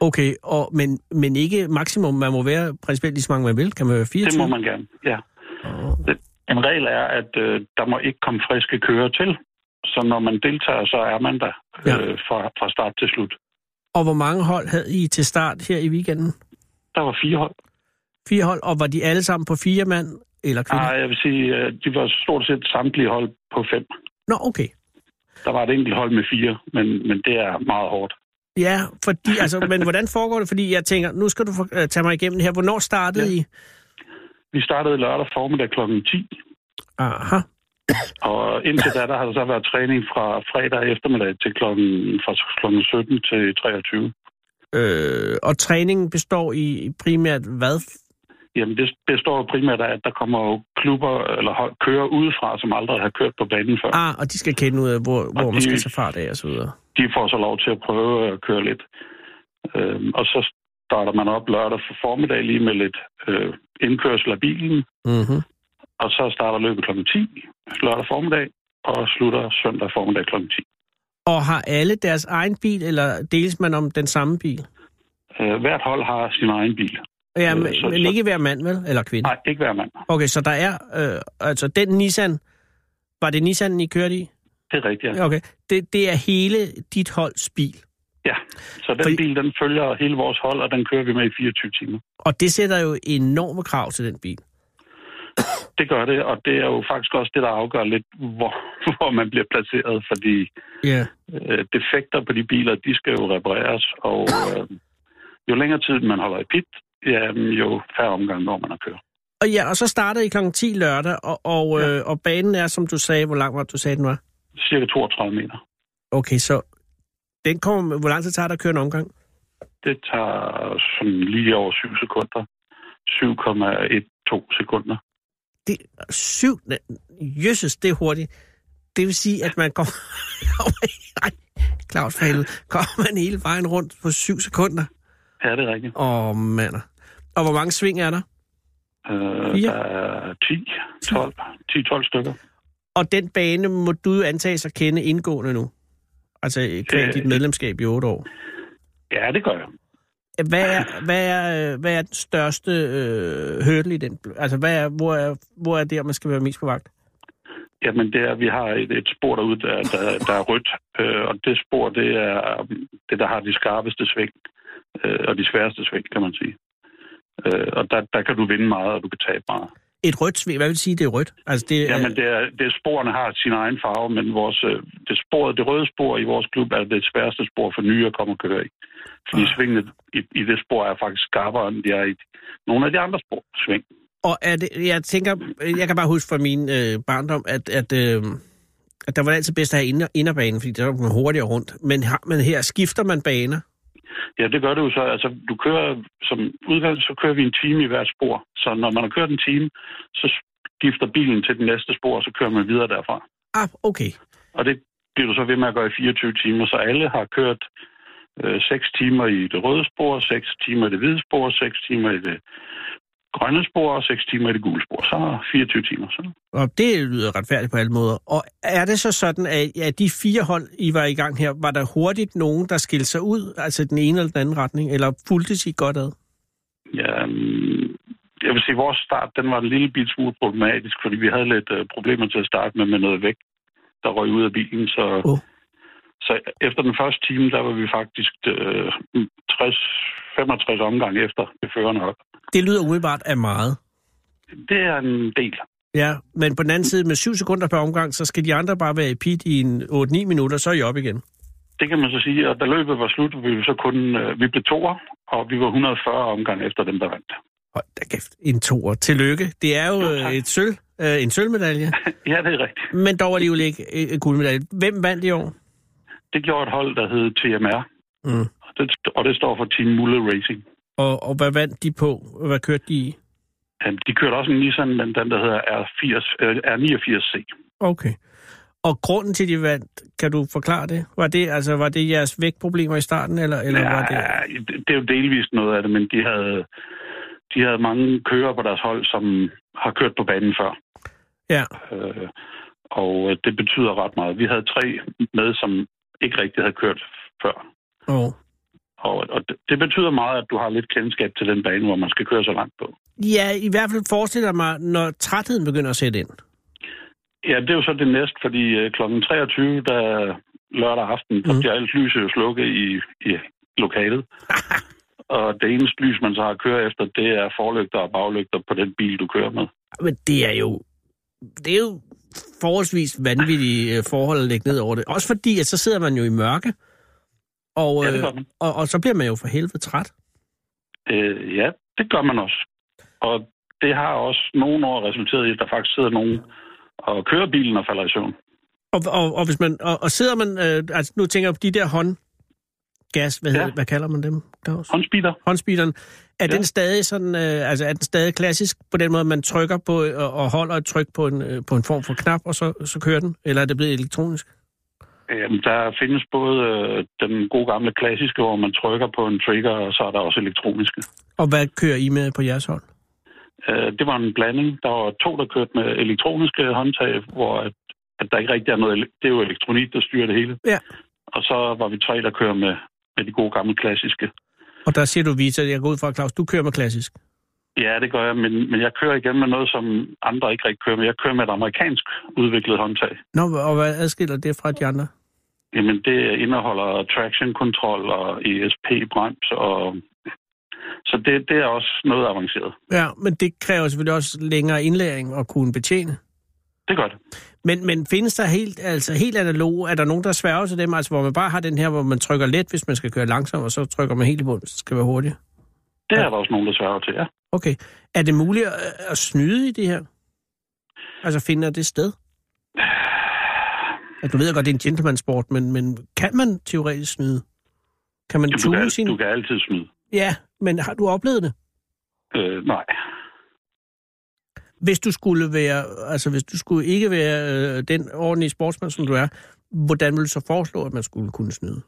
S2: Okay, og, men, men ikke maksimum. Man må være principielt lige så mange, man vil. Kan man være 24?
S10: Det må man gerne, ja. En regel er, at øh, der må ikke komme friske kører til. Så når man deltager, så er man der
S2: Ja.
S10: øh, fra, fra start til slut.
S2: Og hvor mange hold havde I til start her i weekenden?
S10: Der var fire hold.
S2: Fire hold, og var de alle sammen på fire mand eller kvinder?
S10: Nej, jeg vil sige, øh, de var stort set samtlige hold på fem.
S2: Nå, okay.
S10: Der var et enkelt hold med fire, men, men det er meget hårdt.
S2: Ja,
S10: *laughs*
S2: fordi, altså, men hvordan foregår det? Fordi jeg tænker, nu skal du for, øh, tage mig igennem det her. Hvornår startede ja. I?
S10: Vi startede lørdag formiddag kl. 10,
S2: Aha.
S10: og indtil da, der har der så været træning fra fredag eftermiddag til klokken, fra klokken 17 til 23.
S2: Øh, og træningen består i primært hvad?
S10: Jamen, det består primært af, at der kommer jo klubber eller hold- kører udefra, som aldrig har kørt på banen før.
S2: Ah, og de skal kende ud af, hvor, hvor man
S10: de-
S2: skal tage fart af og så videre.
S10: de får så lov til at prøve at køre lidt. Øhm, og så starter man op lørdag for formiddag lige med lidt øh, indkørsel af bilen,
S2: Mm-hmm.
S10: og så starter løbet kl. 10 lørdag formiddag, og slutter søndag formiddag kl. 10.
S2: Og har alle deres egen bil, eller deles man om den samme bil?
S10: Øh, hvert hold har sin egen bil.
S2: Ja, men,
S10: Øh, så-
S2: men
S10: så-
S2: ikke hver mand, vel? Eller kvinde?
S10: Nej, ikke hver mand.
S2: Okay, så der er... Øh, altså, den Nissan... Var det Nissan, I kørte i?
S10: Det er rigtigt, ja.
S2: Okay. Det, det er hele dit holds bil.
S10: ja. Så den
S2: Fordi-
S10: bil, den følger hele vores hold, og den kører vi med i 24 timer.
S2: Og det sætter jo enorme krav til den bil.
S10: Det gør det, og det er jo faktisk også det, der afgør lidt, hvor, *laughs* hvor man bliver placeret, fordi
S2: Ja.
S10: øh, defekter på de biler, de skal jo repareres, og øh, jo længere tid man holder i pit, jamen, jo færre omgang når man har kørt.
S2: Og ja, og så starter I kl. 10 lørdag, og, og, øh, og banen er, som du sagde, hvor lang var det, du sagde, den var?
S10: Cirka 32 meter.
S2: Okay, så den kommer, hvor lang tid tager det at køre en omgang?
S10: Det tager sådan lige over 7 sekunder. 7,12 sekunder.
S2: Det er syv, jøsses, det er hurtigt. Det vil sige, at man kommer, *laughs* nej, Claus for helvede, kommer man hele vejen rundt på syv sekunder.
S10: Ja, det er rigtigt.
S2: Åh, oh, mand. Og hvor mange sving er der?
S10: Øh,
S2: Fire.
S10: der er 10, 12, 10-12 stykker.
S2: Og den bane må du jo antages at kende indgående nu. Altså, kvæg
S10: Øh,
S2: dit medlemskab i otte år.
S10: Ja, det gør jeg.
S2: Hvad er, hvad er, øh, hvad er den største øh, hurdle i den? Altså, hvad er, hvor, er, hvor er det, man skal være mest på vagt?
S10: Jamen, det er, at vi har et, et spor derude, der, der, der er rødt, øh, og det spor, det er øhm, det, der har de skarpeste sving, øh, og de sværeste sving, kan man sige. Øh, og der, der kan du vinde meget, og du kan tabe meget.
S2: Et rødt sving, hvad vil det sige, det er rødt? Altså, det, er-
S10: Jamen, det er, det er, sporene har sin egen farve, men vores, øh, det, spor, det røde spor i vores klub er det sværeste spor for nye at komme og køre i. Fordi
S2: Ah.
S10: svingene i, i det spor er faktisk skarpere, end de er i nogle af de andre spor, sving.
S2: Og er det, jeg tænker, jeg kan bare huske fra min øh, barndom, at, at, øh, at der var det altid bedst at have inder, inderbanen, fordi der var man hurtigere rundt. Men, har, men her skifter man baner.
S10: Ja, det gør det jo så. Altså, du kører, som udgangspunkt, så kører vi en time i hvert spor. Så når man har kørt en time, så skifter bilen til den næste spor, og så kører man videre derfra.
S2: Ah, okay.
S10: Og det bliver du så ved med at gøre i 24 timer, så alle har kørt øh, 6 timer i det røde spor, 6 timer i det hvide spor, 6 timer i det grønne spor og 6 timer i det gule spor. Så 24 timer. Så.
S2: Og det lyder retfærdigt på alle måder. Og er det så sådan, at, at de fire hold, I var i gang her, var der hurtigt nogen, der skilte sig ud, altså i den ene eller den anden retning, eller fulgtes I godt ad?
S10: Ja, mm, jeg vil sige, at vores start den var en lille bit smule problematisk, fordi vi havde lidt øh, problemer til at starte med, med noget vægt, der røg ud af bilen. Så,
S2: Åh.
S10: oh. så efter den første time, der var vi faktisk øh, 60, 65 omgange efter det førende hold.
S2: Det lyder umiddelbart af meget.
S10: Det er en del.
S2: Ja, men på den anden side, med syv sekunder per omgang, så skal de andre bare være i pit i en 8-9 minutter, så er I op igen.
S10: Det kan man så sige, og da løbet var slut, var vi jo så kun, øh, vi blev toer, og vi var 140 omgang efter dem, der vandt.
S2: Hold da kæft, en toer. Tillykke. Det er jo,
S10: Jo,
S2: jo
S10: tak.
S2: et sølv, øh, en
S10: *laughs*
S2: sølvmedalje,
S10: Ja, det er rigtigt.
S2: men dog alligevel ikke øh, en guldmedalje. Hvem vandt i år?
S10: Det gjorde et hold, der hed TMR,
S2: Mm.
S10: og det, og det står for Team Mulle Racing.
S2: Og, og hvad vandt de på? Hvad kørte de i?
S10: Øhm, De kørte også en Nissan, men den der hedder R80, øh, R89C.
S2: Okay. Og grunden til, de vandt, kan du forklare det? Var det, altså, var det jeres vægtproblemer i starten, eller, eller var det...
S10: Ja, det, det er jo delvist noget af det, men de havde, de havde mange kører på deres hold, som har kørt på banen før.
S2: Ja,
S10: Øh, og øh, det betyder ret meget. Vi havde tre med, som ikke rigtig havde kørt før.
S2: og...
S10: Og, og det, det betyder meget, at du har lidt kendskab til den bane, hvor man skal køre så langt på.
S2: Ja, i hvert fald forestiller jeg mig, når trætheden begynder at sætte ind.
S10: Ja, det er jo så det næste, fordi øh, kl. 23, der lørdag aften, der
S2: Mhm.
S10: bliver alt lyset jo slukket i, i *laughs* lokalet. og det eneste lys, man så har at køre efter, det er forlygter og baglygter på den bil, du kører med.
S2: Men det er jo... Det er jo forholdsvis vanvittige øh, forhold at lægge ned over det. Også fordi, at så sidder man jo i mørke, og,
S10: Ja, det
S2: øh,
S10: gør man.
S2: og, og så bliver man jo for helvede træt.
S10: Øh, ja, det gør man også. Og det har også nogle år resulteret i, at der faktisk sidder nogen og kører bilen og falder i søvn.
S2: Og, og, og, hvis man, og, og sidder man... Øh, altså, nu tænker jeg på de der hånd... gas, hvad, ja. hvad kalder man dem, Claus?
S10: Håndspeeder.
S2: Håndspeederen. Er ja. den stadig sådan, øh, altså er den stadig klassisk på den måde, at man trykker på øh, og, og holder et tryk på en, øh, på en form for knap, og så, så kører den? Eller er det blevet elektronisk?
S10: Jamen, Øhm, der findes både øh, den gode gamle klassiske, hvor man trykker på en trigger, og så er der også elektroniske.
S2: Og hvad kører I med på jeres hold?
S10: Øh, det var en blanding. Der var to, der kørte med elektroniske håndtag, hvor at, at der ikke rigtig er noget... ele- Det er jo elektronik, der styrer det hele.
S2: Ja.
S10: Og så var vi tre, der kører med, med de gode gamle klassiske.
S2: Og der siger du, Vita, jeg går ud fra, Claus, du kører med klassisk.
S10: Ja, det gør jeg, men, men jeg kører igen med noget, som andre ikke rigtig kører med. Jeg kører med et amerikansk udviklet håndtag.
S2: Nå, og hvad adskiller det fra de andre?
S10: Jamen, det indeholder traction control og E ESP-brems, og... så det, det er også noget avanceret.
S2: Ja, men det kræver selvfølgelig også længere indlæring at kunne betjene.
S10: Det gør det.
S2: Men, men findes der helt, altså helt analog, er der nogen, der sværger til dem, altså hvor man bare har den her, hvor man trykker let, hvis man skal køre langsomt, og så trykker man helt i bund, hvis det skal være hurtigt?
S10: Det er der også nogen, der sværger til, ja.
S2: Okay. Er det muligt at, at snyde i det her? Altså finder det sted? Ja, du ved jeg godt, det er en gentleman-sport, men, men kan man teoretisk snyde? Kan man
S10: Jamen, Du kan,
S2: tune
S10: al-
S2: sin...
S10: du kan altid snyde.
S2: Ja, men har du oplevet det?
S10: Øh, nej.
S2: Hvis du skulle være, altså hvis du skulle ikke være øh, den ordentlige sportsmand, som du er, hvordan ville du så foreslå, at man skulle kunne snyde?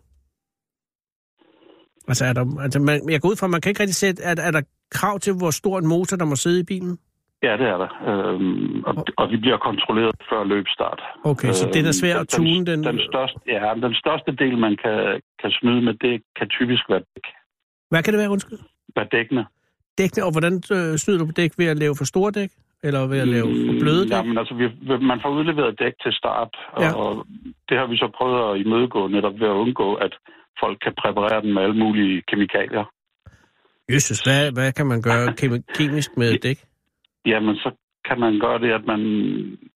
S2: Altså, er der, altså man, jeg går ud fra, at man kan ikke rigtig sætte, er, der- er der krav til, hvor stor en motor, der må sidde i bilen?
S10: Ja, det er der. Øhm, og, og de bliver kontrolleret før løbstart. Øhm,
S2: Okay, så den er svær at
S10: Øh, den-
S2: tune, den-
S10: Den største, ja, den største del, man kan, kan snyde med, det kan typisk være, dæk-
S2: Hvad kan det være, undskyld?
S10: være dækkende.
S2: Dækkene, og hvordan øh, snyder du på dæk? Ved at lave for store dæk? Eller ved at lave for bløde dæk?
S10: Jamen, altså, vi, man får udleveret dæk til start, og,
S2: Ja.
S10: ja. og det har vi så prøvet at imødegå netop ved at undgå, at folk kan præparere dem med alle mulige kemikalier.
S2: Jesus, hvad, hvad kan man gøre kemi- kemisk med et dæk?
S10: Jamen, så kan man gøre det, at man,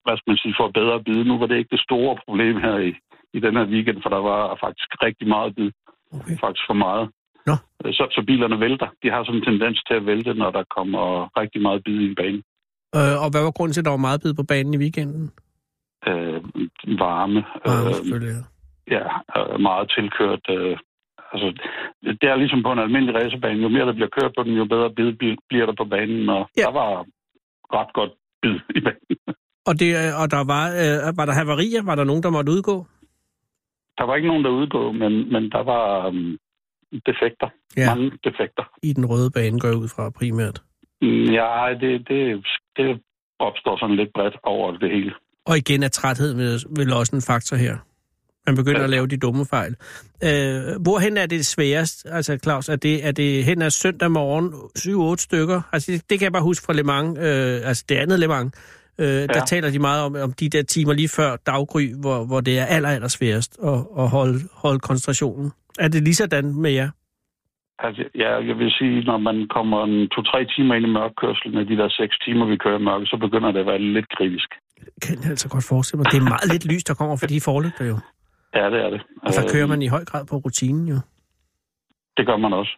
S10: hvad skal man sige, får bedre bid. Nu var det ikke det store problem her i, i den her weekend, for der var faktisk rigtig meget bid.
S2: Okay.
S10: Faktisk for meget. Øh,
S2: Nå.
S10: Så, så bilerne vælter. De har sådan en tendens til at vælte, når der kommer rigtig meget bid i en bane.
S2: Øh, og hvad var grunden til, at der var meget bid på banen i weekenden?
S10: Øh, varme.
S2: Øh,
S10: øh,
S2: selvfølgelig. ja.
S10: ja, øh, meget tilkørt. Øh, altså, det er ligesom på en almindelig racerbane. Jo mere der bliver kørt på den, jo bedre bid bl- bliver der på banen. Og
S2: Ja.
S10: ja. der var ret godt bid i banen.
S2: Og, det, øh, og der var, øh, var der havarier? Var der nogen, der måtte udgå?
S10: Der var ikke nogen, der udgå, men, men der var um, defekter.
S2: Ja.
S10: Ja. Mange defekter.
S2: I den røde bane går jeg ud fra primært.
S10: Mm, Ja, det, det, det opstår sådan lidt bredt over det hele.
S2: Og igen er træthed vel- vel også en faktor her. Man begynder
S10: Ja.
S2: at lave de dumme fejl. Øh, hvorhen er det sværest, altså Claus? Er det, er det hen ad søndag morgen, 7-8 stykker? Altså, det, det kan jeg bare huske fra Le Mans, øh, altså det andet Le Mans. Øh, ja. Der taler de meget om, om de der timer lige før daggry, hvor, hvor det er aller, aller sværest at, at holde, holde koncentrationen. Er det lige sådan med jer?
S10: Altså, ja, jeg vil sige, når man kommer en to-tre timer ind i mørkkørsel med de der seks timer, vi kører i mørke, så begynder det at være lidt kritisk.
S2: Kan jeg altså godt forestille mig. Det er meget lidt lys, der kommer fra de forlygter jo.
S10: Ja, det er det.
S2: Og så
S10: Øh,
S2: kører man i høj grad på rutinen jo.
S10: Det gør man også.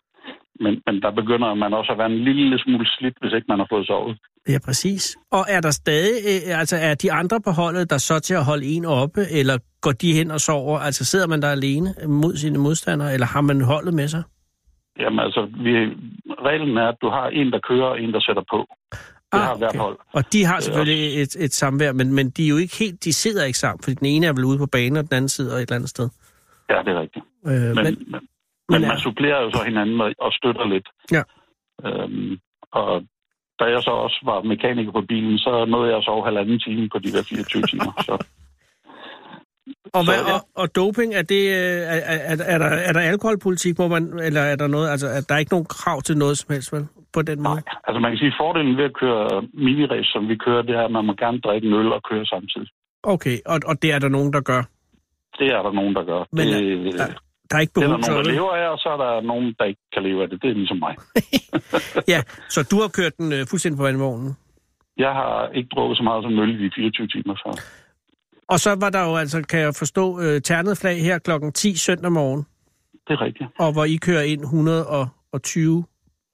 S10: Men, men der begynder man også at være en lille smule slidt, hvis ikke man har fået sovet.
S2: Ja, præcis. Og er der stadig, øh, altså er de andre på holdet, der så til at holde en oppe, eller går de hen og sover? Altså sidder man der alene mod sine modstandere, eller har man holdet med sig?
S10: Jamen altså, vi, reglen er, at du har en, der kører, og en, der sætter på. Det har hvert hold.
S2: Ah, Og de har selvfølgelig et, et samvær, men, men de er jo ikke helt, de sidder ikke sammen, fordi den ene er vel ude på banen, og den anden sidder et eller andet sted.
S10: Ja, det er rigtigt.
S2: Øh, men, men,
S10: Men, men,
S2: men
S10: men
S2: er-
S10: man supplerer jo så hinanden og, og støtter lidt.
S2: Ja.
S10: Øhm, og da jeg så også var mekaniker på bilen, så nåede jeg at sove halvanden time på de der 24 timer. Så.
S2: og, hvad,
S10: så-
S2: og, og doping, er, det, øh, er, er, er, der, er der alkoholpolitik, hvor man, eller er der noget, altså er der ikke nogen krav til noget som helst, vel? På den måde?
S10: Altså man kan sige, at fordelen ved at køre miniræs, som vi kører, det er, at man må gerne drikke en øl og køre samtidig.
S2: Okay, og, og det er der nogen, der gør.
S10: Det er der nogen, der gør.
S2: Men øh,
S10: det,
S2: der, der er ikke
S10: Det er
S2: behov
S10: der
S2: for
S10: nogen, der
S2: det.
S10: lever af, og så er der nogen, der ikke kan leve af det. Det er ligesom mig.
S2: Ja, så du har kørt den øh, fuldstændig på vandvognen.
S10: Jeg har ikke drukket så meget som øl i de 24 timer. Så.
S2: Og så var der jo altså, kan jeg forstå, øh, ternet flag her klokken 10 søndag morgen,
S10: Det er rigtigt.
S2: og hvor I kører ind 120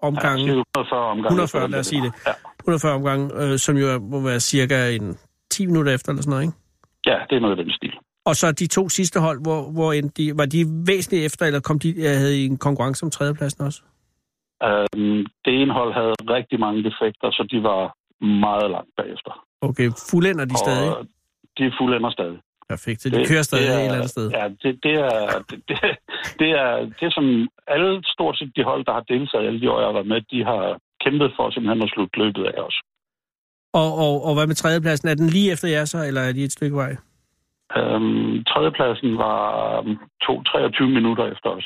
S2: omgange,
S10: Ja, cirka 140 omgange.
S2: 140, lad os sige det.
S10: Ja,
S2: 140 omgange, øh, som jo er- må være cirka en 10 minutter efter eller sådan noget, ikke?
S10: ja det er noget af den stil.
S2: Og så de to sidste hold, hvor, hvor end de, var de væsentligt efter, eller kom de, øh, havde I en konkurrence om tredjepladsen også?
S10: Øhm, det ene hold havde rigtig mange defekter, så de var meget langt bagefter.
S2: Okay, fuldender de
S10: Og
S2: stadig?
S10: De fuldender stadig.
S2: Perfekt, så de kører stadig
S10: er-
S2: et eller andet sted.
S10: Ja, det, det, er, det, det, det, er, det er som alle, stort set de hold, der har deltaget alle de år, jeg har været med, de har kæmpet for simpelthen at slutte løbet af os.
S2: Og, og, og hvad med tredjepladsen? Er den lige efter jer så, eller er de et stykke vej?
S10: Øhm, tredjepladsen var øhm, to, 23 minutter efter os.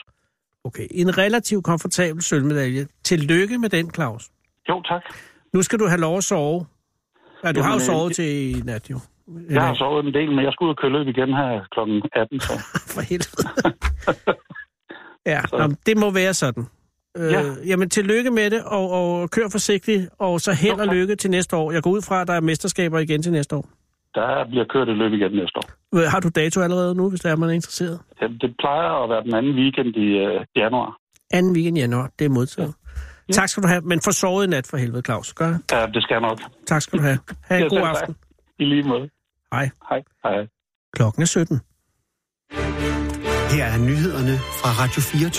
S2: Okay, en relativt komfortabel sølvmedalje. Tillykke med den, Claus.
S10: Jo, tak.
S2: Nu skal du have lov at sove. Ja, du har jo
S10: Jamen, øh,
S2: sovet til i nat, jo.
S10: Jeg har sovet en del, men jeg skal ud og køre løb igen her kl. 18. Så.
S2: For helvede.
S10: *laughs*
S2: ja, nå, det må være sådan. Øh,
S10: Ja.
S2: Jamen, tillykke med det, og, og kør forsigtigt, og så held og lykke til næste år. Jeg går ud fra, at der er mesterskaber igen til næste år.
S10: Der bliver kørt et løb igen næste år.
S2: Øh, Har du dato allerede nu, hvis der er man er interesseret?
S10: Jamen, Det plejer at være den anden weekend i øh, januar.
S2: Anden weekend i januar, det er modtaget. Ja. Tak skal du have, men få sovet i nat for helvede, Claus. Gør det.
S10: Ja, det skal jeg nok.
S2: Tak skal du have. Ha' en
S10: Ja,
S2: god
S10: selv tak.
S2: aften.
S10: I lige måde.
S2: Hej.
S10: Hej. Hej.
S2: Klokken er 17.
S3: Her er nyhederne fra Radio 24